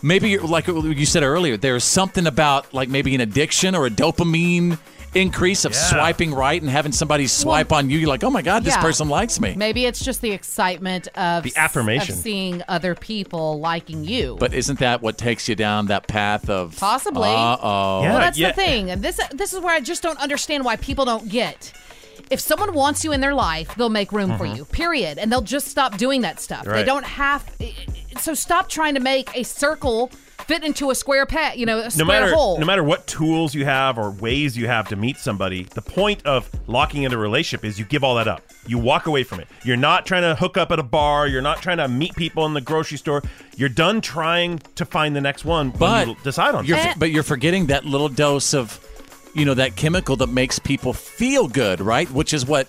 maybe you're, like you said earlier, there's something about like maybe an addiction or a dopamine increase of swiping right and having somebody swipe on you. You're like, oh my god, this Yeah. person likes me. Maybe it's just the excitement of The affirmation. of seeing other people liking you. But isn't that what takes you down that path of Possibly. Uh oh. well, that's the thing. And This this is where I just don't understand why people don't get. If someone wants you in their life, they'll make room for Mhm. you. Period. And they'll just stop doing that stuff. They Right. don't have. So stop trying to make a circle fit into a square pat. You know, a no square matter hole. no matter what tools you have or ways you have to meet somebody, the point of locking into a relationship is you give all that up. You walk away from it. You're not trying to hook up at a bar. You're not trying to meet people in the grocery store. You're done trying to find the next one. But when you decide on you're, Eh. something. but you're forgetting that little dose of, you know, that chemical that makes people feel good, right? Which is what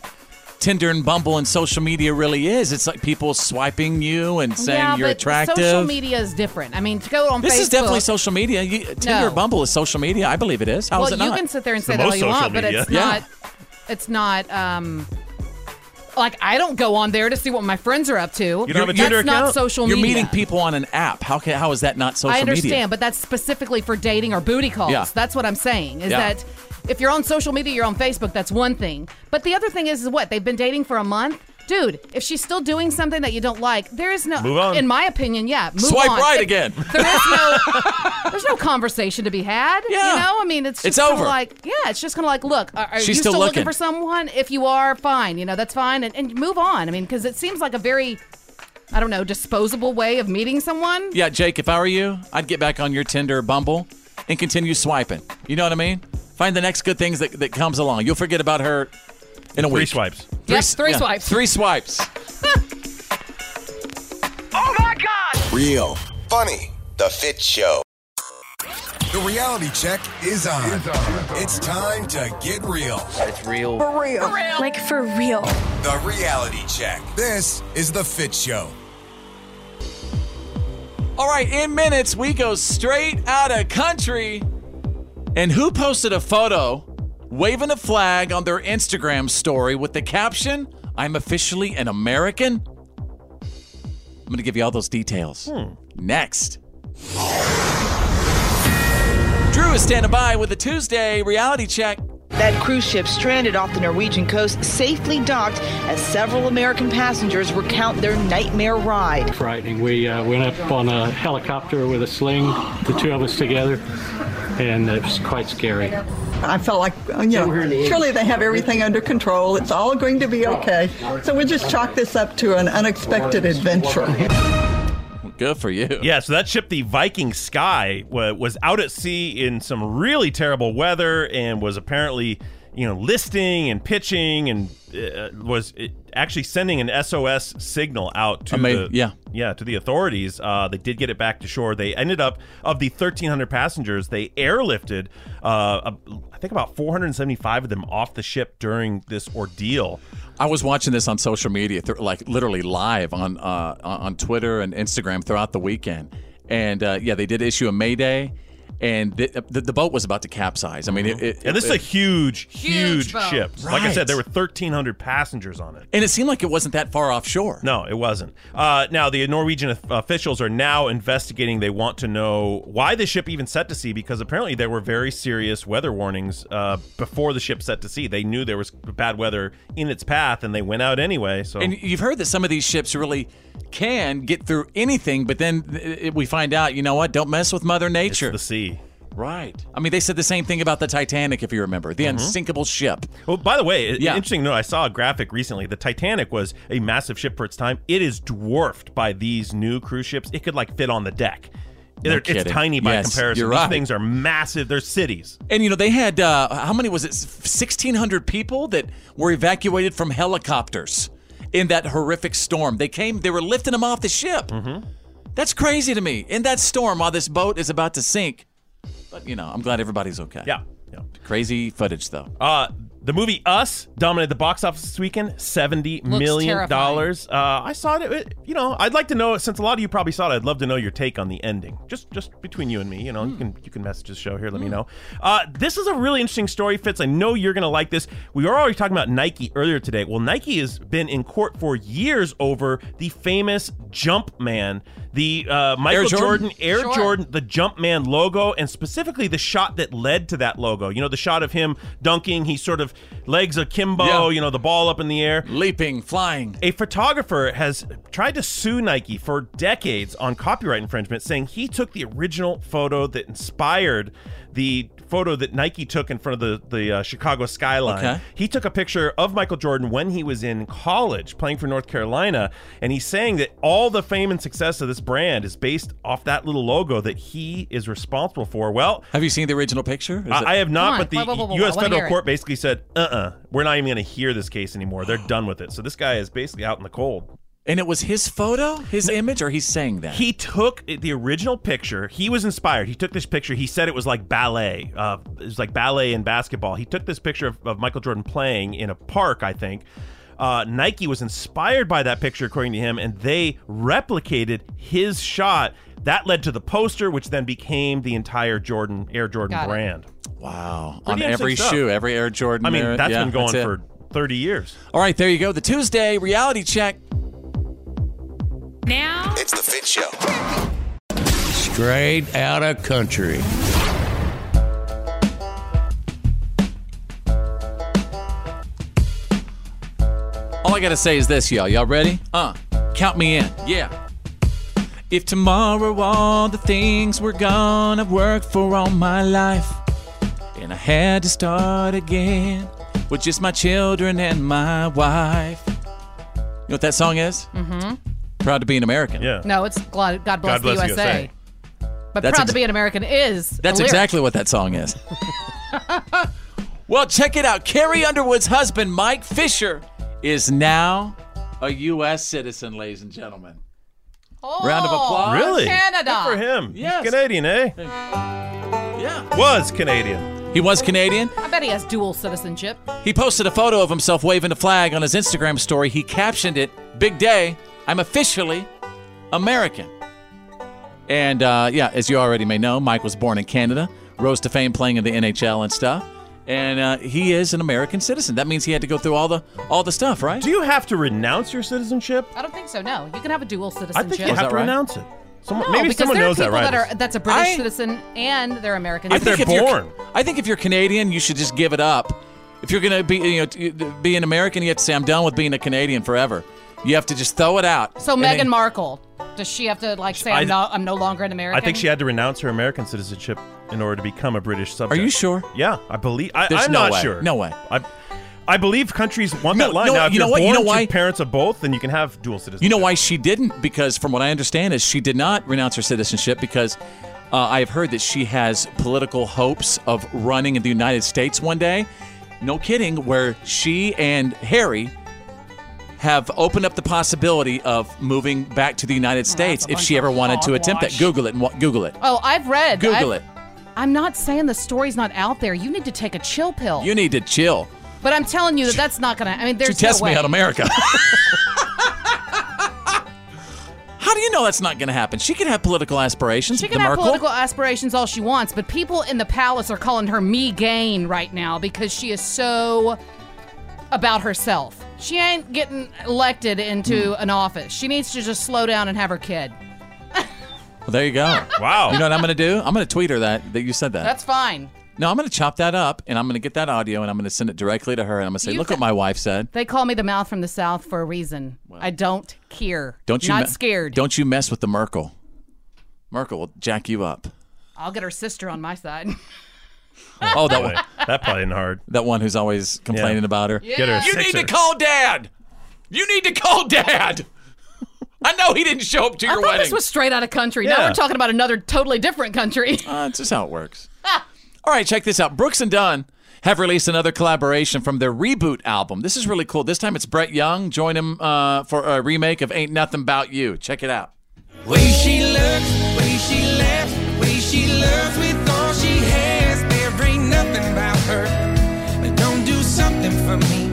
Tinder and Bumble and social media really is. It's like people swiping you and saying yeah, you're but Social attractive. media is different. I mean, to go on This Facebook. is definitely social media. You, Tinder, No. Bumble is social media. I believe it is. How is well, it not? you can sit there and say that all you want, but it's Yeah. not. It's not. um Like I don't go on there to see what my friends are up to. That's not social You're media. meeting people on an app. How can? How is that not social I understand, media? but that's specifically for dating or booty calls. Yeah. That's what I'm saying. Is Yeah. that if you're on social media, you're on Facebook. That's one thing. But the other thing is, is what they've been dating for a month. Dude, if she's still doing something that you don't like, there is no. Move on. In my opinion, yeah. Move Swipe on. right It- again. There's no conversation to be had. Yeah. You know, I mean, it's It's just kinda over. like, yeah, it's just kind of like, look, are, are She's you still still, looking. looking for someone? If you are, fine. You know, that's fine. And, and move on. I mean, because it seems like a very, I don't know, disposable way of meeting someone. Yeah, Jake, if I were you, I'd get back on your Tinder or Bumble and continue swiping. You know what I mean? Find the next good things that, that comes along. You'll forget about her in a Three week. swipes. Three, Yep, s- three yeah, swipes. Three swipes. Real. Funny. The Fit Show. The reality check is on. It's, time to get real. It's real. For real. Like for real. The reality check. This is The Fit Show. All right, in minutes, we go straight out of country. And who posted a photo waving a flag on their Instagram story with the caption, I'm officially an American? I'm going to give you all those details Hmm. next. Drew is standing by with a Tuesday reality check. That cruise ship stranded off the Norwegian coast safely docked as several American passengers recount their nightmare ride. frightening. We uh, went up on a helicopter with a sling, the two of us together, and it was quite scary. I felt like, uh, you know, surely they have everything under control. It's all going to be okay. So we just chalk this up to an unexpected adventure. Good for you. Yeah, so that ship, the Viking Sky, wa- was out at sea in some really terrible weather and was apparently, you know, listing and pitching and uh, was uh, actually sending an SOS signal out to Ama- the yeah. yeah to the authorities. Uh, they did get it back to shore. They ended up of the 1,300 passengers, they airlifted, uh, a- I think about 475 of them off the ship during this ordeal. I was watching this on social media, th- like literally live on uh, on Twitter and Instagram throughout the weekend. And uh, yeah, they did issue a mayday, and th- the, the boat was about to capsize. I mean, it, it, Mm-hmm. And this is a it- huge, Huge huge, boat. ship. Like I Right. said, there were 1,300 passengers on it. and it seemed like it wasn't that far offshore. No, it wasn't. Uh, now, the Norwegian of- officials are now investigating. They want to know why the ship even set to sea because apparently there were very serious weather warnings uh, before the ship set to sea. They knew there was bad weather in its path and they went out anyway. So, And you've heard that some of these ships really can get through anything, but then th- it- we find out, you know what? Don't mess with Mother Nature. the sea. Right. I mean, they said the same thing about the Titanic, if you remember, the Mm-hmm. unsinkable ship. Well, by the way, it- interesting note. I saw a graphic recently. The Titanic was a massive ship for its time. It is dwarfed by these new cruise ships. It could like fit on the deck. No They're- it's kidding. tiny by Yes, comparison. you're These right. things are massive. They're cities. And you know they had uh, how many was it? Sixteen hundred people that were evacuated from helicopters in that horrific storm. They came, they were lifting them off the ship. Mm-hmm. That's crazy to me. In that storm, while this boat is about to sink, but you know I'm glad everybody's okay. Yeah, yeah. Crazy footage though. Uh, the movie Us dominated the box office this weekend, seventy million Looks dollars. Uh, I saw it, it- You know, I'd like to know since a lot of you probably saw it. I'd love to know your take on the ending. Just, just between you and me. You know, you can you can message the show here. Let me know. Uh, this is a really interesting story, Fitz. I know you're gonna like this. We were already talking about Nike earlier today. Well, Nike has been in court for years over the famous jump man, the uh, Michael Jordan? Jordan Air Sure. Jordan the Jumpman logo and specifically the shot that led to that logo. You know, the shot of him dunking, he sort of legs akimbo, Yeah. you know, the ball up in the air. Leaping, flying. A photographer has tried to sue Nike for decades on copyright infringement, saying he took the original photo that inspired the photo that Nike took in front of the, the uh, Chicago skyline. Okay. He took a picture of Michael Jordan when he was in college playing for North Carolina, and he's saying that all the fame and success of this brand is based off that little logo that he is responsible for. Well, Have you seen the original picture? Is I, it- I have not, Come on. but the Whoa, whoa, whoa, whoa, U.S. I wanna hear federal it. court basically said, uh uh-uh, uh, we are not even going to hear this case anymore. They're done with it. So this guy is basically out in the cold. And it was his photo, his image, or he's saying that? He took the original picture. He was inspired. He took this picture. He said it was like ballet. Uh, it was like ballet and basketball. He took this picture of, of Michael Jordan playing in a park, I think. Uh, Nike was inspired by that picture, according to him, and they replicated his shot. That led to the poster, which then became the entire Jordan Air Jordan Got it. brand. Wow. Pretty on every interesting stuff. shoe, every Air Jordan. I mean, Air- that's yeah, been going that's it. for 30 years. All right, there you go. The Tuesday reality check. Now it's the Fit Show. Straight out of country. All I gotta say is this, y'all. Y'all ready? Uh, count me in. Yeah. If tomorrow all the things were gone, I've worked for all my life, and I had to start again with just my children and my wife. You know what that song is? Mm-hmm. Proud to be an American. Yeah. No, it's God, God bless, the USA. But That's proud ex- to be an American is. a That's lyric. exactly what that song is. well, check it out. Carrie Underwood's husband, Mike Fisher, is now a U.S. citizen, ladies and gentlemen. Round of applause. Really? Oh, Canada. Good for him. Yes. He's Canadian, eh? Yeah. Was Canadian. He was Canadian. I bet he has dual citizenship. He posted a photo of himself waving a flag on his Instagram story. He captioned it, Big Day, I'm officially American. And uh, yeah, as you already may know, Mike was born in Canada, rose to fame playing in the NHL and stuff. And uh, he is an American citizen. That means he had to go through all the all the stuff, right? Do you have to renounce your citizenship? I don't think so. No, you can have a dual I citizenship. think you have to renounce it. Someone, No, maybe because someone there are knows that, people right? are, that's a British I- citizen and they're American. I think citizen. if you're- I think if you're Canadian, you should just give it up. If you're gonna be you know t- uh, be an American, you have to say I'm done with being a Canadian forever. You have to just throw it out. So And Meghan then- Markle, does she have to like say I- I'm no, I'm no longer an American? I think she had to renounce her American citizenship in order to become a British subject. Are you sure? Yeah, I believe. I, There's I'm no not way. sure. No way. I, I believe countries want No, that line. no, now, if you know are what? You born know to why? parents of both, then you can have dual citizenship. You know why she didn't? Because from what I understand is she did not renounce her citizenship because uh, I have heard that she has political hopes of running in the United States one day. No kidding. Where she and Harry have opened up the possibility of moving back to the United States if she ever wanted to attempt that. Google it and wa- Google it. Oh, I've read. Google I've- it. I'm not saying the story's not out there. You need to take a chill pill. You need to chill. but I'm telling you that that's not gonna. I mean, there's to test no way. me on America. How do you know that's not going to happen? She can have political aspirations. She can the have Merkel. political aspirations all she wants, but people in the palace are calling her me gain right now because she is so about herself. She ain't getting elected into Hmm. an office. She needs to just slow down and have her kid. Well, there you go. Wow. You know what I'm going to do? I'm going to tweet her that that you said that. That's fine. no, I'm going to chop that up and I'm going to get that audio and I'm going to send it directly to her and I'm going to say, You "Look ca- what my wife said." They call me the mouth from the south for a reason. I don't care. Don't you Not me- scared. Don't you mess with the Merkel. Merkel will jack you up. I'll get her sister on my side. Oh, that one. That probably ain't hard. That one who's always complaining about her. Get her a you sixer. need to call dad. You need to call dad. I know he didn't show up to I your thought wedding. this was straight out of country. Now Yeah. we're talking about another totally different country. Uh, that's just how it works. All right, check this out. Brooks and Dunn have released another collaboration from their reboot album. This is really cool. This time it's Brett Young. Join him uh, for a remake of Ain't Nothing About You. Check it out. Way she looks, way she laughs, way she loves with all she has. There ain't nothing about her that don't do something for me.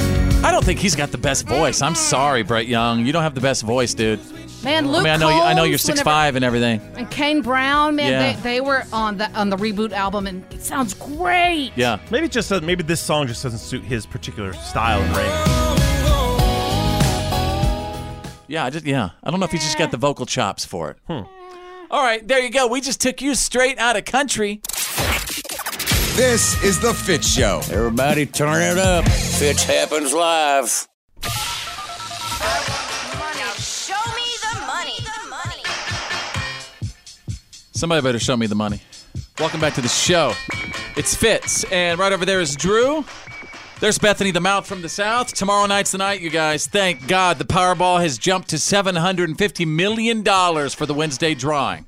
I don't think he's got the best voice. I'm sorry, Brett Young. You don't have the best voice, dude. Man, Luke I mean, I know, you, I know you're Combs, six whenever- five and everything. And Kane Brown, man, Yeah. they, they were on the on the reboot album, and it sounds great. Yeah. Maybe it just doesn't- maybe this song just doesn't suit his particular style and range. Yeah, I just yeah. I don't know if he's just got the vocal chops for it. All right, there you go. We just took you straight out of country. This is The Fit Show. Everybody turn it up. Fitch happens live. Show me the money. The money. Somebody better show me the money. Welcome back to the show. It's Fitz, and right over there is Drew. There's Bethany the Mouth from the South. Tomorrow night's the night, you guys. Thank God the Powerball has jumped to $750 million for the Wednesday drawing.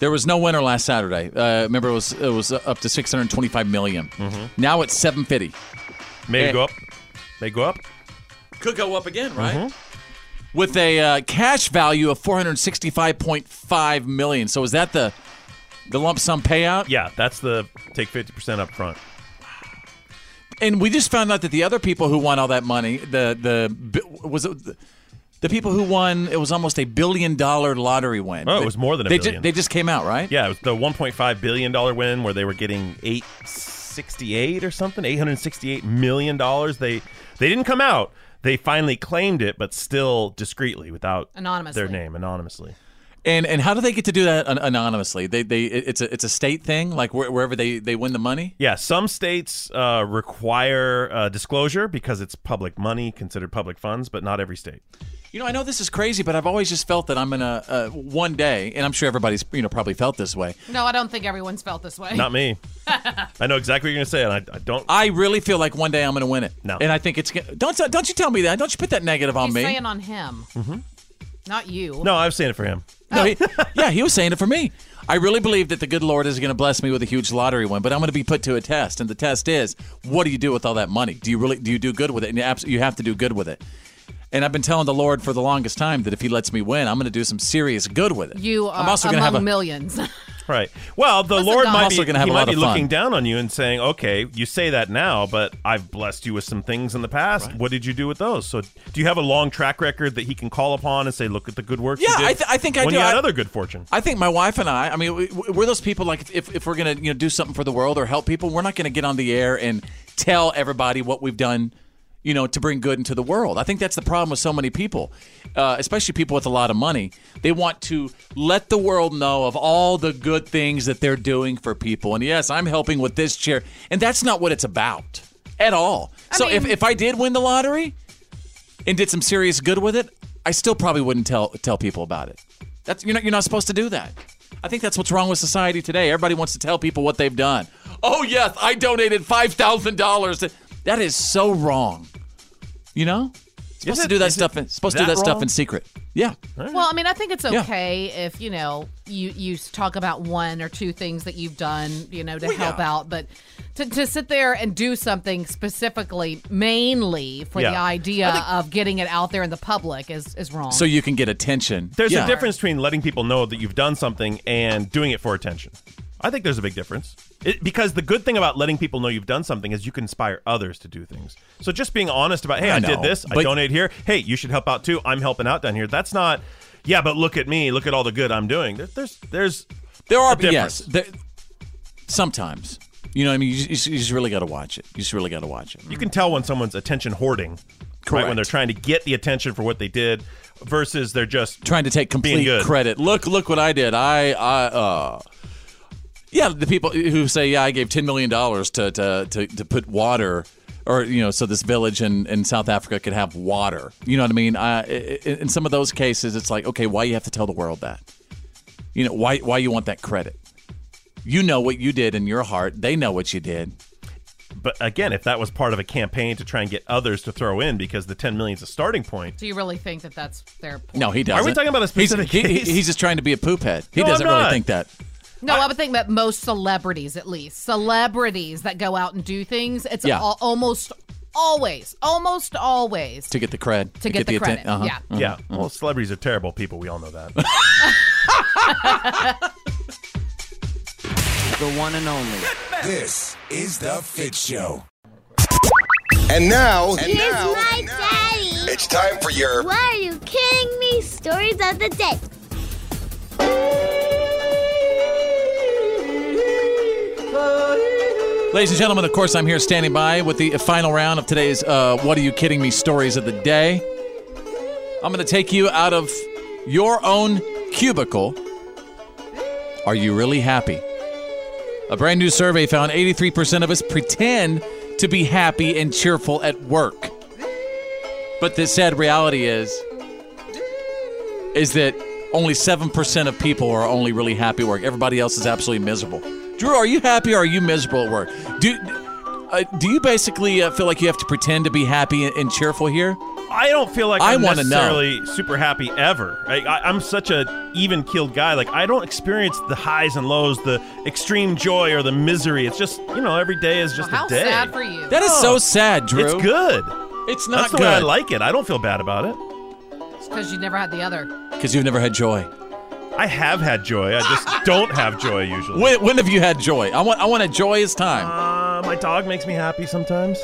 There was no winner last Saturday. Uh, remember, it was it was up to $625 million. Now it's 750 Maybe Hey. go up. May go up. Could go up again, right? Mm-hmm. With a uh, cash value of 465.5 million. So is that the the lump sum payout? Yeah, that's the take fifty percent up front. And we just found out that the other people who won all that money, the the bi- was it the, people who won, it was almost a billion dollar lottery win. Oh, They- it was more than a they ju- billion. they just came out, right? Yeah, it was the one point five billion dollar win where they were getting eight sixty eight or something, eight hundred sixty eight million dollars. They they didn't come out. They finally claimed it, but still discreetly without Anonymously. their name anonymously. and and how do they get to do that an- anonymously? They they it- it's a it's a state thing, like where, wherever they they win the money. Yeah, some states uh, require uh, disclosure because it's public money, considered public funds, but not every state. You know, I know this is crazy, but I've always just felt that I'm gonna uh, one day, and I'm sure everybody's you know probably felt this way. No, I don't think everyone's felt this way. Not me. I know exactly what you're gonna say, and I, I don't. I really feel like one day I'm going to win it. No. and I think it's gonna- don't don't you tell me that. Don't you put that negative on He's me. saying on him, Mm-hmm. not you. No, I was saying it for him. No, he, yeah, he was saying it for me. I really believe that the good Lord is going to bless me with a huge lottery win, but I'm going to be put to a test, and the test is, what do you do with all that money? Do you really do you do good with it? And you, abs- you have to do good with it. And I've been telling the Lord for the longest time that if He lets me win, I'm going to do some serious good with it. You I'm are also gonna among have a- millions. Right. Well, the Lord no. might Also be, gonna have he a might lot be of fun. looking down on you and saying, "Okay, you say that now, but I've blessed you with some things in the past. What did you do with those? So, do you have a long track record that He can call upon and say, "Look at the good work Yeah, you did." I th- I think I when do. you had I- other good fortune. I think my wife and I, I mean, we, we're those people like if, if we're going to you know do something for the world or help people, we're not going to get on the air and tell everybody what we've done, you know, to bring good into the world. I think that's the problem with so many people, uh, especially people with a lot of money. They want to let the world know of all the good things that they're doing for people. And yes, I'm helping with this chair. And that's not what it's about at all. so if, if I did win the lottery and did some serious good with it, I still probably wouldn't tell tell people about it. That's you're not you're not supposed to do that. I think that's what's wrong with society today. Everybody wants to tell people what they've done. Oh yes, I donated five thousand dollars. That is so wrong. You know, supposed it- to do that is it stuff. In, supposed to that do that stuff wrong? in secret. Yeah. Well, I mean, I think it's Yeah. okay if you know you you s- talk about one or two things that you've done, you know, to Well, help yeah. out, but to, to sit there and do something specifically, mainly for the Yeah. idea of getting it out there in the public is is wrong. So you can get attention. There's Yeah. a difference between letting people know that you've done something and doing it for attention. I think there's a big difference. It, because the good thing about letting people know you've done something is you can inspire others to do things. So just being honest about, hey, I I, know, did this, I but- donate here. Hey, you should help out too. I'm helping out down here. That's not, yeah, but look at me, look at all the good I'm doing. There, there's, there's, there are a difference. yes. There, sometimes, you know, what I mean, you, just- you just really got to watch it. You just really got to watch it. You can tell when someone's attention hoarding, right? Correct. When they're trying to get the attention for what they did, versus they're just trying to take being complete good. credit. Look, look what I did. I, I, uh, yeah, the people who say, yeah, I gave ten million dollars to, to to to put water, or you know, so this village in in South Africa could have water. You know what I mean? I, i- in in some of those cases, it's like, okay, why you have to tell the world that? You know, why why you want that credit? You know what you did in your heart. They know what you did. But again, if that was part of a campaign to try and get others to throw in because the 10 million is a starting point. Do you really think that that's their point? No, he doesn't. Are we talking about a specific he's, he- case? he's just trying to be a poop head. He No, I'm doesn't really not. think that. No, I, would think that most celebrities, at least celebrities that go out and do things, it's Yeah. al- almost always, almost always. To get the uh-huh. cred. To get the credit, yeah. Yeah. Well, celebrities are terrible people. We all know that. The one and only. This is The Fit Show. And now, And Here's now- my daddy. It's time for your. Why are you kidding me? Stories of the day. Ladies and gentlemen, of course, I'm here standing by with the final round of today's uh, What Are You Kidding Me stories of the day. I'm going to take you out of your own cubicle. Are you really happy? A brand new survey found 83% of us pretend to be happy and cheerful at work. But the sad reality is is that only 7% of people are only really happy at work. Everybody else is absolutely miserable. Drew, are you happy or are you miserable at work? Do uh, do you basically uh, feel like you have to pretend to be happy and, and cheerful here? I don't feel like I I'm wanna know. necessarily super happy ever. I, I, I'm such a even keeled guy. Like I don't experience the highs and lows, the extreme joy or the misery. It's just you know every day is just How a day. sad for you. That is so sad, Drew. Oh, It's good. It's not That's the way I good. like it. I don't feel bad about it. because you never had the other. Because you've never had joy. I have had joy. I just don't have joy usually. When, when have you had joy? I want I want a joyous time. Uh, my dog makes me happy sometimes.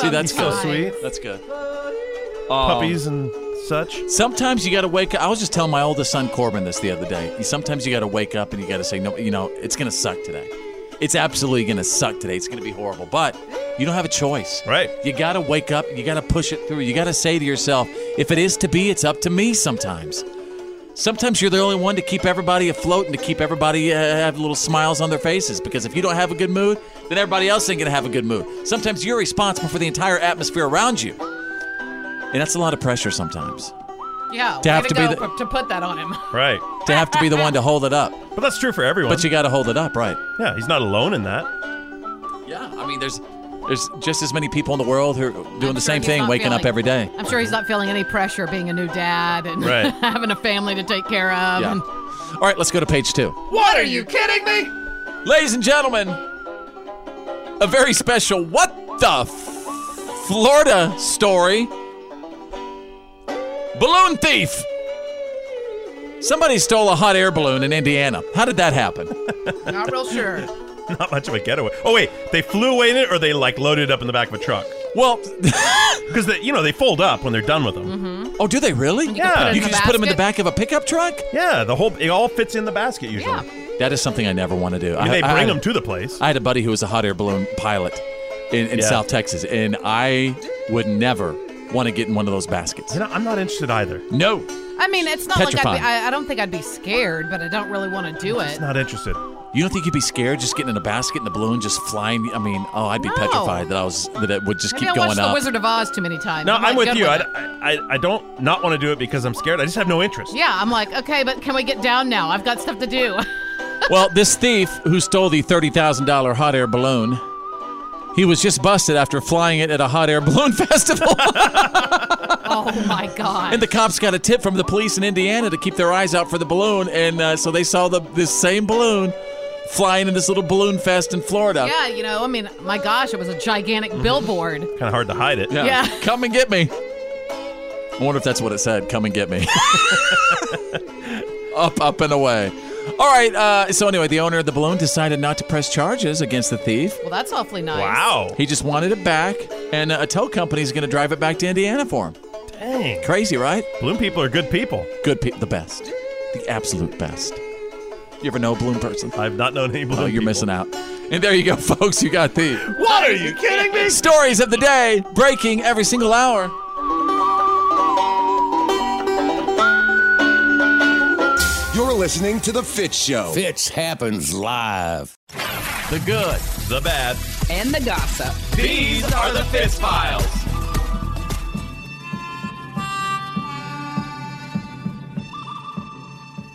See, that's He's Oh, good. so sweet. That's good. Oh. Puppies and such. Sometimes you got to wake up. I was just telling my oldest son Corbin this the other day. Sometimes you got to wake up and you got to say, no, you know, it's going to suck today. It's absolutely going to suck today. It's going to be horrible. But you don't have a choice. Right. You got to wake up. You got to push it through. You got to say to yourself, if it is to be, it's up to me sometimes. Sometimes you're the only one to keep everybody afloat and to keep everybody uh, have little smiles on their faces because if you don't have a good mood, then everybody else ain't going to have a good mood. Sometimes you're responsible for the entire atmosphere around you. And that's a lot of pressure sometimes. Yeah, To way have to be go the- for- to put that on him. Right. to have to be the one to hold it up. But that's true for everyone. But you got to hold it up, right? Yeah, he's not alone in that. Yeah, I mean, there's there's just as many people in the world who are doing the same he's thing, not waking up feeling- every day. I'm sure he's not feeling any pressure being a new dad and Right. having a family to take care of. Yeah. and- All right, let's go to page two. Um, What are you kidding me? Ladies and gentlemen, a very special What the F- Florida story. Balloon thief. Somebody stole a hot air balloon in Indiana. How did that happen? Not real sure. Not much of a getaway. Oh wait, they flew away in it, or they like loaded it up in the back of a truck. Well, because they, you know, they fold up when they're done with them. Oh, do they really? can Yeah. put it in you the can just put them in the back of a pickup truck. Yeah, the whole it all fits in the basket usually. That is something I never want to do. I mean, they bring had- them to the place. I had a buddy who was a hot air balloon pilot in, in Yeah. South Texas, and I would never want to get in one of those baskets. I'm not interested either. No, I mean, it's not like Petrified. I'd be, I, I don't think I'd be scared, but I don't really want to do it. not interested. You don't think you'd be scared just getting in a basket and the balloon just flying? I mean, oh, I'd be No. petrified that I was that it would just Maybe I keep watched going The up. Wizard of Oz too many times. No, not I'm with good you. I, it. I, I don't not want to do it because I'm scared. I just have no interest. Yeah, I'm like, okay, but can we get down now? I've got stuff to do. well, this thief who stole the thirty thousand dollar hot air balloon, he was just busted after flying it at a hot air balloon festival. oh my god! And the cops got a tip from the police in Indiana to keep their eyes out for the balloon, and uh, so they saw the this same balloon flying in this little balloon fest in Florida. yeah, you know, I mean, my gosh, it was a gigantic Mm-hmm. billboard. Kind of hard to hide it. Yeah. Yeah. Come and get me. I wonder if that's what it said. Come and get me. up, up, and away. All right. Uh, so anyway, the owner of the balloon decided not to press charges against the thief. Well, that's awfully nice. He just wanted it back, and uh, a tow company's going to drive it back to Indiana for him. Dang. Crazy, right? Balloon people are good people. Good people. The best. The absolute best. You ever know a balloon person? I've not known any balloon Oh, you're missing out. And there you go, folks. You got the What are you kidding me? stories of the day breaking every single hour. You're listening to The Fit Show. Fitch happens live. The good, the bad. And the gossip. These are the Fitz Files. and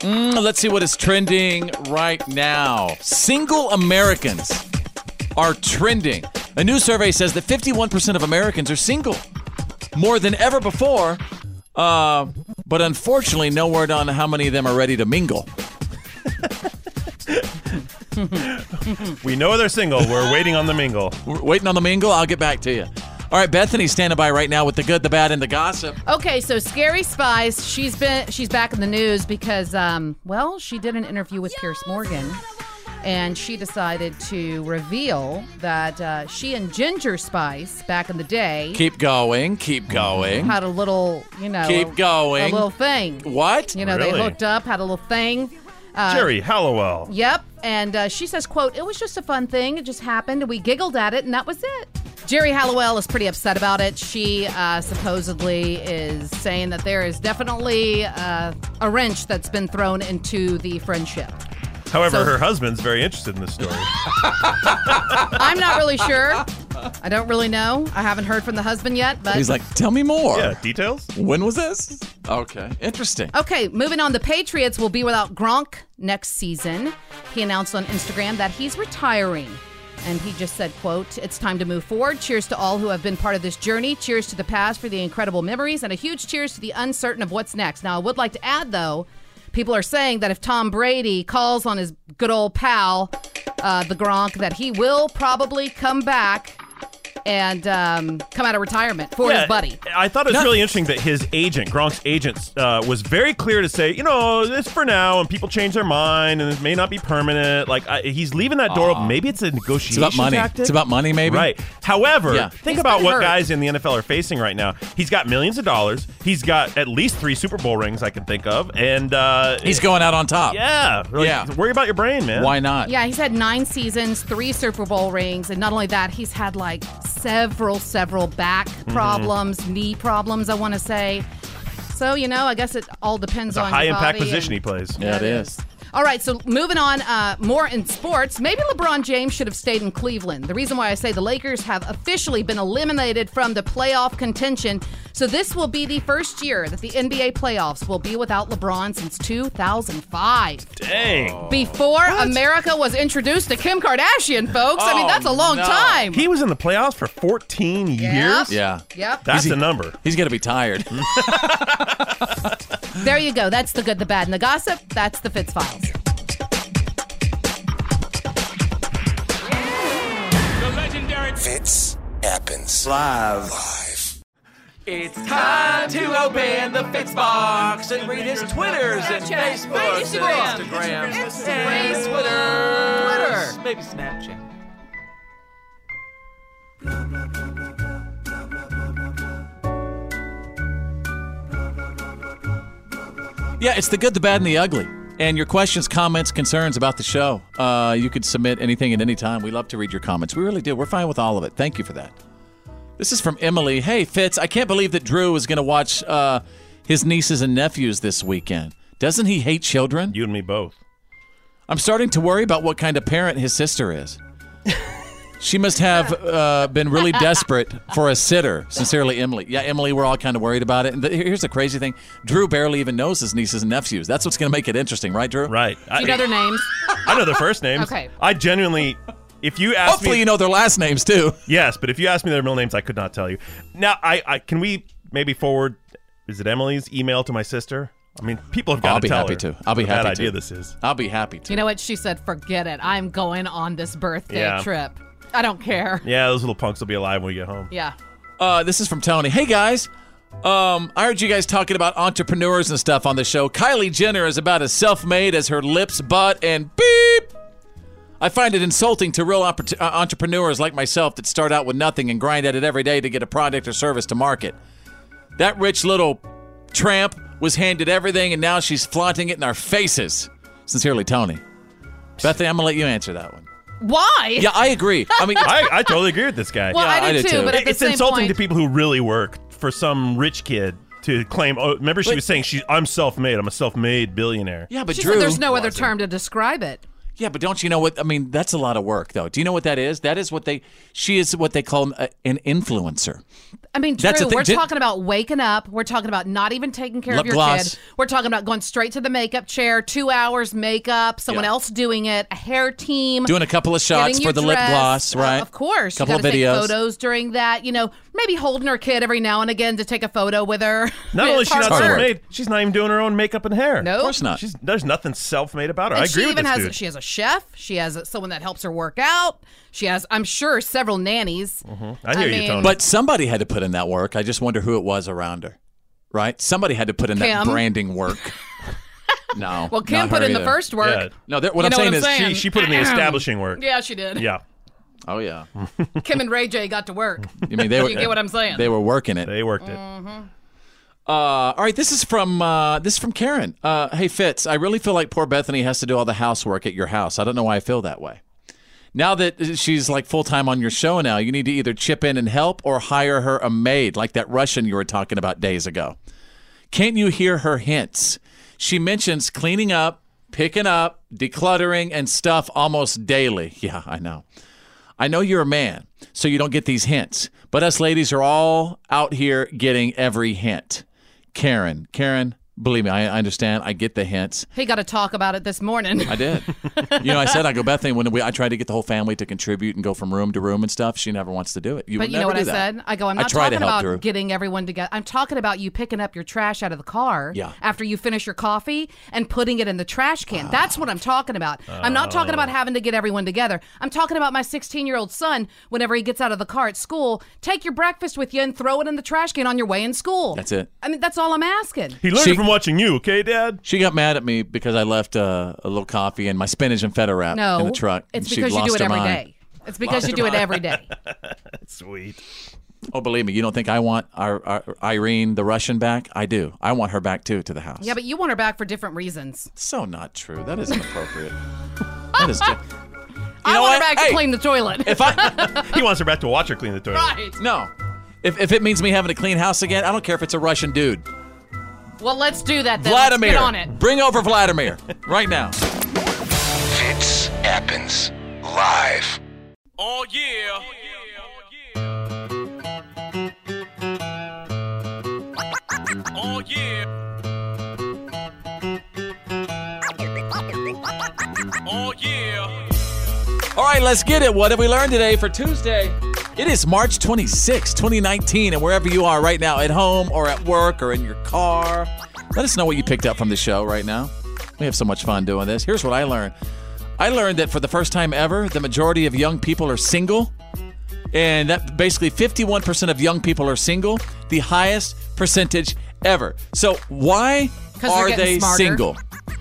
Mm, let's see what is trending right now. Single Americans are trending. A new survey says that 51% of Americans are single, more than ever before. Uh, but unfortunately, no word on how many of them are ready to mingle. we know they're single. We're waiting on the mingle. We're waiting on the mingle. I'll get back to you. All right, Bethany's standing by right now with the good, the bad, and the gossip. Okay, so Scary Spice, she's been she's back in the news because um, well, she did an interview with Pierce Morgan and she decided to reveal that uh, she and Ginger Spice back in the day Keep going, keep going. had a little, you know, Keep a- going. a little thing. What? You know, they Really? hooked up, had a little thing. Uh, Jerry Hallowell. Yep. And uh, she says, quote, it was just a fun thing. It just happened. and We giggled at it, and that was it. Jerry Hallowell is pretty upset about it. She uh, supposedly is saying that there is definitely uh, a wrench that's been thrown into the friendship. However, So- her husband's very interested in this story. I'm not really sure. I don't really know. I haven't heard from the husband yet, but He's like, tell me more. Yeah, details? When was this? Okay, interesting. Okay, moving on. The Patriots will be without Gronk next season. He announced on Instagram that he's retiring. And he just said, quote, It's time to move forward. Cheers to all who have been part of this journey. Cheers to the past for the incredible memories. And a huge cheers to the uncertain of what's next. Now, I would like to add, though, people are saying that if Tom Brady calls on his good old pal, uh, the Gronk, that he will probably come back and um, come out of retirement for Yeah, his buddy. I thought it was Not- really interesting that his agent, Gronk's agent, uh, was very clear to say, you know, it's for now, and people change their mind, and it may not be permanent. Like I, he's leaving that door Aw. open. Maybe it's a negotiation. It's about money. tactic. It's about money, maybe. Right. However, Yeah. think He's about been what hurt. guys in the NFL are facing right now. He's got millions of dollars. He's got at least three Super Bowl rings I can think of, and uh, He's going out on top. Yeah. Like, Yeah. Worry about your brain, man. Why not? Yeah, he's had nine seasons, three Super Bowl rings, and not only that, he's had like several, several back Mm-hmm. problems, knee problems, I want to say. So, you know, I guess it all It's depends a on high your impact body and- position he plays. Yeah, it is. all right, so moving on, uh, more in sports. Maybe LeBron James should have stayed in Cleveland. The reason why I say the Lakers have officially been eliminated from the playoff contention. So this will be the first year that the NBA playoffs will be without LeBron since 2005. Dang. Before America was introduced to Kim Kardashian, folks. I mean, that's a long time. He was in the playoffs for 14 years. Yeah. Yep. That's He's- the number. He's going to be tired. There you go. That's the good, the bad, and the gossip. That's the Fitz Files. The legendary Fitz happens live. Live. It's time Uh, to open the Fitz box and read his Twitters and Facebooks and Instagrams. And Twitters. Maybe Snapchat. Yeah, it's the good, the bad, and the ugly. And your questions, comments, concerns about the show. Uh, you could submit anything at any time. We love to read your comments. We really do. We're fine with all of it. Thank you for that. This is from Emily. Hey, Fitz, I can't believe that Drew is going to watch uh, his nieces and nephews this weekend. Doesn't he hate children? You and me both. I'm starting to worry about what kind of parent his sister is. she must have uh, been really desperate for a sitter. Sincerely, Emily. Yeah, Emily, we're all kind of worried about it. And th- here's the crazy thing Drew barely even knows his nieces and nephews. That's what's going to make it interesting, right, Drew? Right. Do you know their names? I know their first names. Okay. I genuinely, if you ask Hopefully me, you know their last names too. Yes, but if you ask me their middle names, I could not tell you. Now, I, I can we maybe forward? Is it Emily's email to my sister? I mean, people have got I'll to be tell happy her to. I'll be what a happy bad to. idea this is. I'll be happy to. You know what? She said, forget it. I'm going on this birthday Yeah. trip. I don't care. Yeah, those little punks will be alive when we get home. Yeah. Uh, this is from Tony. Hey guys, um, I heard you guys talking about entrepreneurs and stuff on the show. Kylie Jenner is about as self-made as her lips, butt, and beep. I find it insulting to real oppor- uh, entrepreneurs like myself that start out with nothing and grind at it every day to get a product or service to market. That rich little tramp was handed everything, and now she's flaunting it in our faces. Sincerely, Tony. Bethany, I'm gonna let you answer that one. Why? Yeah, I agree. I mean, I, I totally agree with this guy. Well, Yeah, I do I do too, too. but at the it's same insulting point- to people who really work for some rich kid to claim. Oh, remember she But- was saying she, I'm self-made. I'm a self-made billionaire. Yeah, she said there's no other term to describe it. Yeah, but don't you know what? I mean, that's a lot of work, though. Do you know what that is? That is what they. She is what they call a- an influencer. I mean, true. That's the thing. We're Did- talking about waking up. We're talking about not even taking care Lip of your gloss. kid. We're talking about going straight to the makeup chair, two hours makeup, someone Yeah. else doing it, a hair team, Doing a couple of shots getting for you the lip dressed. gloss, Uh, right. of course, Couple you of gotta videos. take photos during that. You know, maybe holding her kid every now and again to take a photo with her. Not only is It's she hard not work. self-made, she's not even doing her own makeup and hair. No. Of course not. She's, there's nothing self-made about her. And I agree she with even this has dude. she has a chef. She has someone that helps her work out. She has, I'm sure, several nannies. Mm-hmm. mean, But somebody had to put in that work. I just wonder who it was around her, right? Somebody had to put in that Kim. branding work. no. Well, Kim not put her in the either. first work. Yeah. No, that- You what I'm know saying what I'm is saying. She, she put in the establishing work. yeah, she did. Oh yeah. Kim and Ray J got to work. You mean they were? You get what I'm saying? They were working it. They worked it. Mm. Uh, all right, this is from uh, this is from Karen. Uh, hey Fitz, I really feel like poor Bethany has to do all the housework at your house. I don't know why I feel that way. Now that she's like full time on your show now, you need to either chip in and help or hire her a maid like that Russian you were talking about days ago. Can't you hear her hints? She mentions cleaning up, picking up, decluttering, and stuff almost daily. Yeah, I know. I know you're a man, so you don't get these hints, but us ladies are all out here getting every hint. Karen, Karen, believe me, I, I understand. I get the hints. He got to talk about it this morning. I did. you know, I said I go Bethany when we, I tried to get the whole family to contribute and go from room to room and stuff. She never wants to do it. You but would you know never what do I that. said? I go, I'm I not try to talking help about Drew. getting everyone together. I'm talking about you picking up your trash out of the car Yeah. Ah. after you finish your coffee and putting it in the trash can. That's what I'm talking about. I'm not talking about Oh. having to get everyone together. I'm talking about my 16 year old son, whenever he gets out of the car at school, take your breakfast with you and throw it in the trash can on your way in school. That's it. I mean, that's all I'm asking. He learned from watching you, okay, Dad? She got mad at me because I left uh, a little coffee and my spinach and feta wrap No. in the truck. It's and because she you lost do it her every day. mind. It's because Lost you do her it mind. every day. Sweet. Oh, believe me, you don't think I want our, our Irene the Russian back? I do. I want her back too to the house. Yeah, but you want her back for different reasons. So not true. That is inappropriate. that is. Just, I know want her what? back Hey, to clean the toilet. if I, he wants her back to watch her clean the toilet. Right. No, if, if it means me having to clean house again, I don't care if it's a Russian dude. Well, let's do that then. Let's Vladimir, get on it. bring over Vladimir right now. Fitz happens live. Oh yeah. Oh yeah. Oh yeah. All right, let's get it. What have we learned today for Tuesday? It is March 26, 2019, and wherever you are right now, at home or at work or in your car, let us know what you picked up from the show right now. We have so much fun doing this. Here's what I learned I learned that for the first time ever, the majority of young people are single, and that basically 51% of young people are single, the highest percentage ever. So, why 'Cause they're are getting they smarter. single?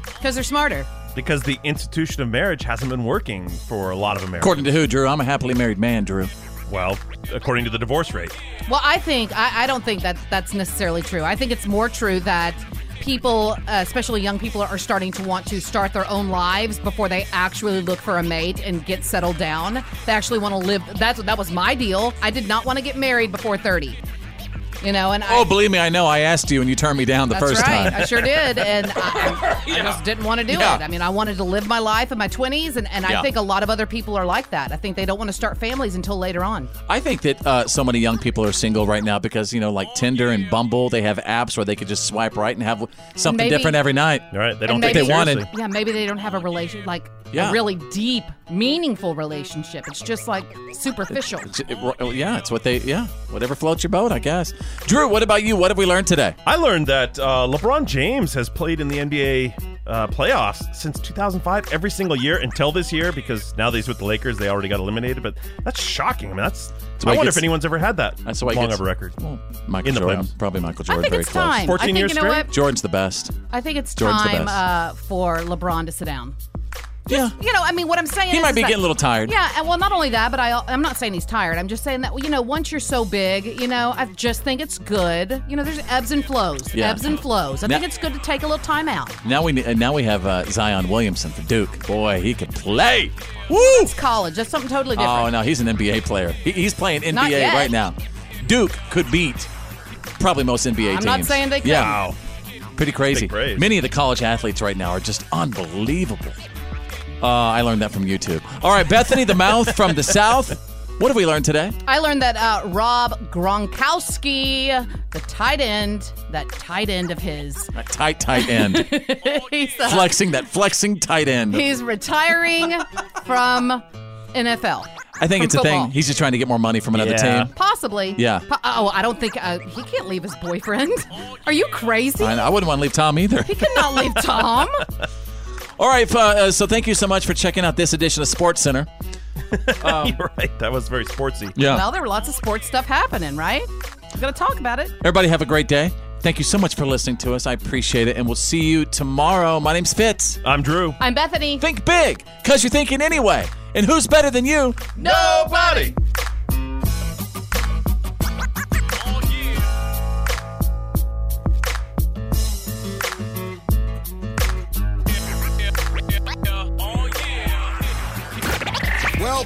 Because they're smarter. Because the institution of marriage hasn't been working for a lot of Americans. According to who, Drew? I'm a happily married man, Drew. Well, according to the divorce rate. Well, I think I, I don't think that that's necessarily true. I think it's more true that people, uh, especially young people, are starting to want to start their own lives before they actually look for a mate and get settled down. They actually want to live. That's that was my deal. I did not want to get married before thirty. You know, and I. Oh, believe me, I know. I asked you and you turned me down the That's first right. time. I sure did, and I, I just didn't want to do Yeah. it. I mean, I wanted to live my life in my twenties, and, and Yeah. I think a lot of other people are like that. I think they don't want to start families until later on. I think that uh, so many young people are single right now because you know, like Tinder and Bumble, they have apps where they could just swipe right and have something Maybe- different every night. All right, they And think they wanted. Yeah, maybe they don't have a relation like Yeah. a really deep, meaningful relationship. It's just like superficial. It's- it- well, yeah, it's what they. Yeah, whatever floats your boat, I guess. Drew, what about you? What have we learned today? I learned that uh, LeBron James has played in the NBA uh, playoffs since 2005 every single year until this year because now that he's with the Lakers, they already got eliminated. But that's shocking. I mean, that's. why I he wonder gets- if anyone's ever had that That's why he long gets- of a record. Well, Michael in the Jordan, playoffs. probably Michael Jordan. think very it's close. time. I 14 think, years you know straight? what? Jordan's the best. I think it's Jordan's the time best. uh, for LeBron to sit down. yeah. You know, I mean, what I'm saying He is might is be that- getting a little tired. Yeah, and well, not only that, but I, I'm not saying he's tired. I'm just saying that, well, you know, once you're so big, you know, I just think it's good. You know, there's ebbs and flows, Yeah. ebbs and flows. I Now- think it's good to take a little time out. Now we ne- now we have uh, Zion Williamson for Duke. Boy, he could play. Woo! It's college. That's something totally different. Oh no, he's an NBA player. He, he's playing Not NBA yet. right now. Duke could beat probably most NBA I'm teams. not saying they Yeah, couldn't. pretty crazy. Many of the college athletes right now are just unbelievable. Uh, I learned that from YouTube. All right, Bethany the Mouth from the South. What have we learned today? I learned that uh, Rob Gronkowski, the tight end, that tight end of his, A tight, tight end. he's, uh, flexing that flexing tight end. he's retiring from NFL. I think from it's a football. thing. He's just trying to get more money from another Yeah. team. Possibly. Yeah. Po- oh, I don't think uh, he can't leave his boyfriend. Are you crazy? I, I wouldn't want to leave Tom either. He cannot leave Tom. All right, uh, uh, so thank you so much for checking out this edition of Sports Center. You're right. That was very sportsy. um, Yeah. Well, there were lots of sports stuff happening, right? We're gonna talk about it. Everybody have a great day. Thank you so much for listening to us. I appreciate it. And we'll see you tomorrow. My name's Fitz. I'm Drew. I'm Bethany. Think big, because you're thinking anyway. And who's better than you? Nobody. Well,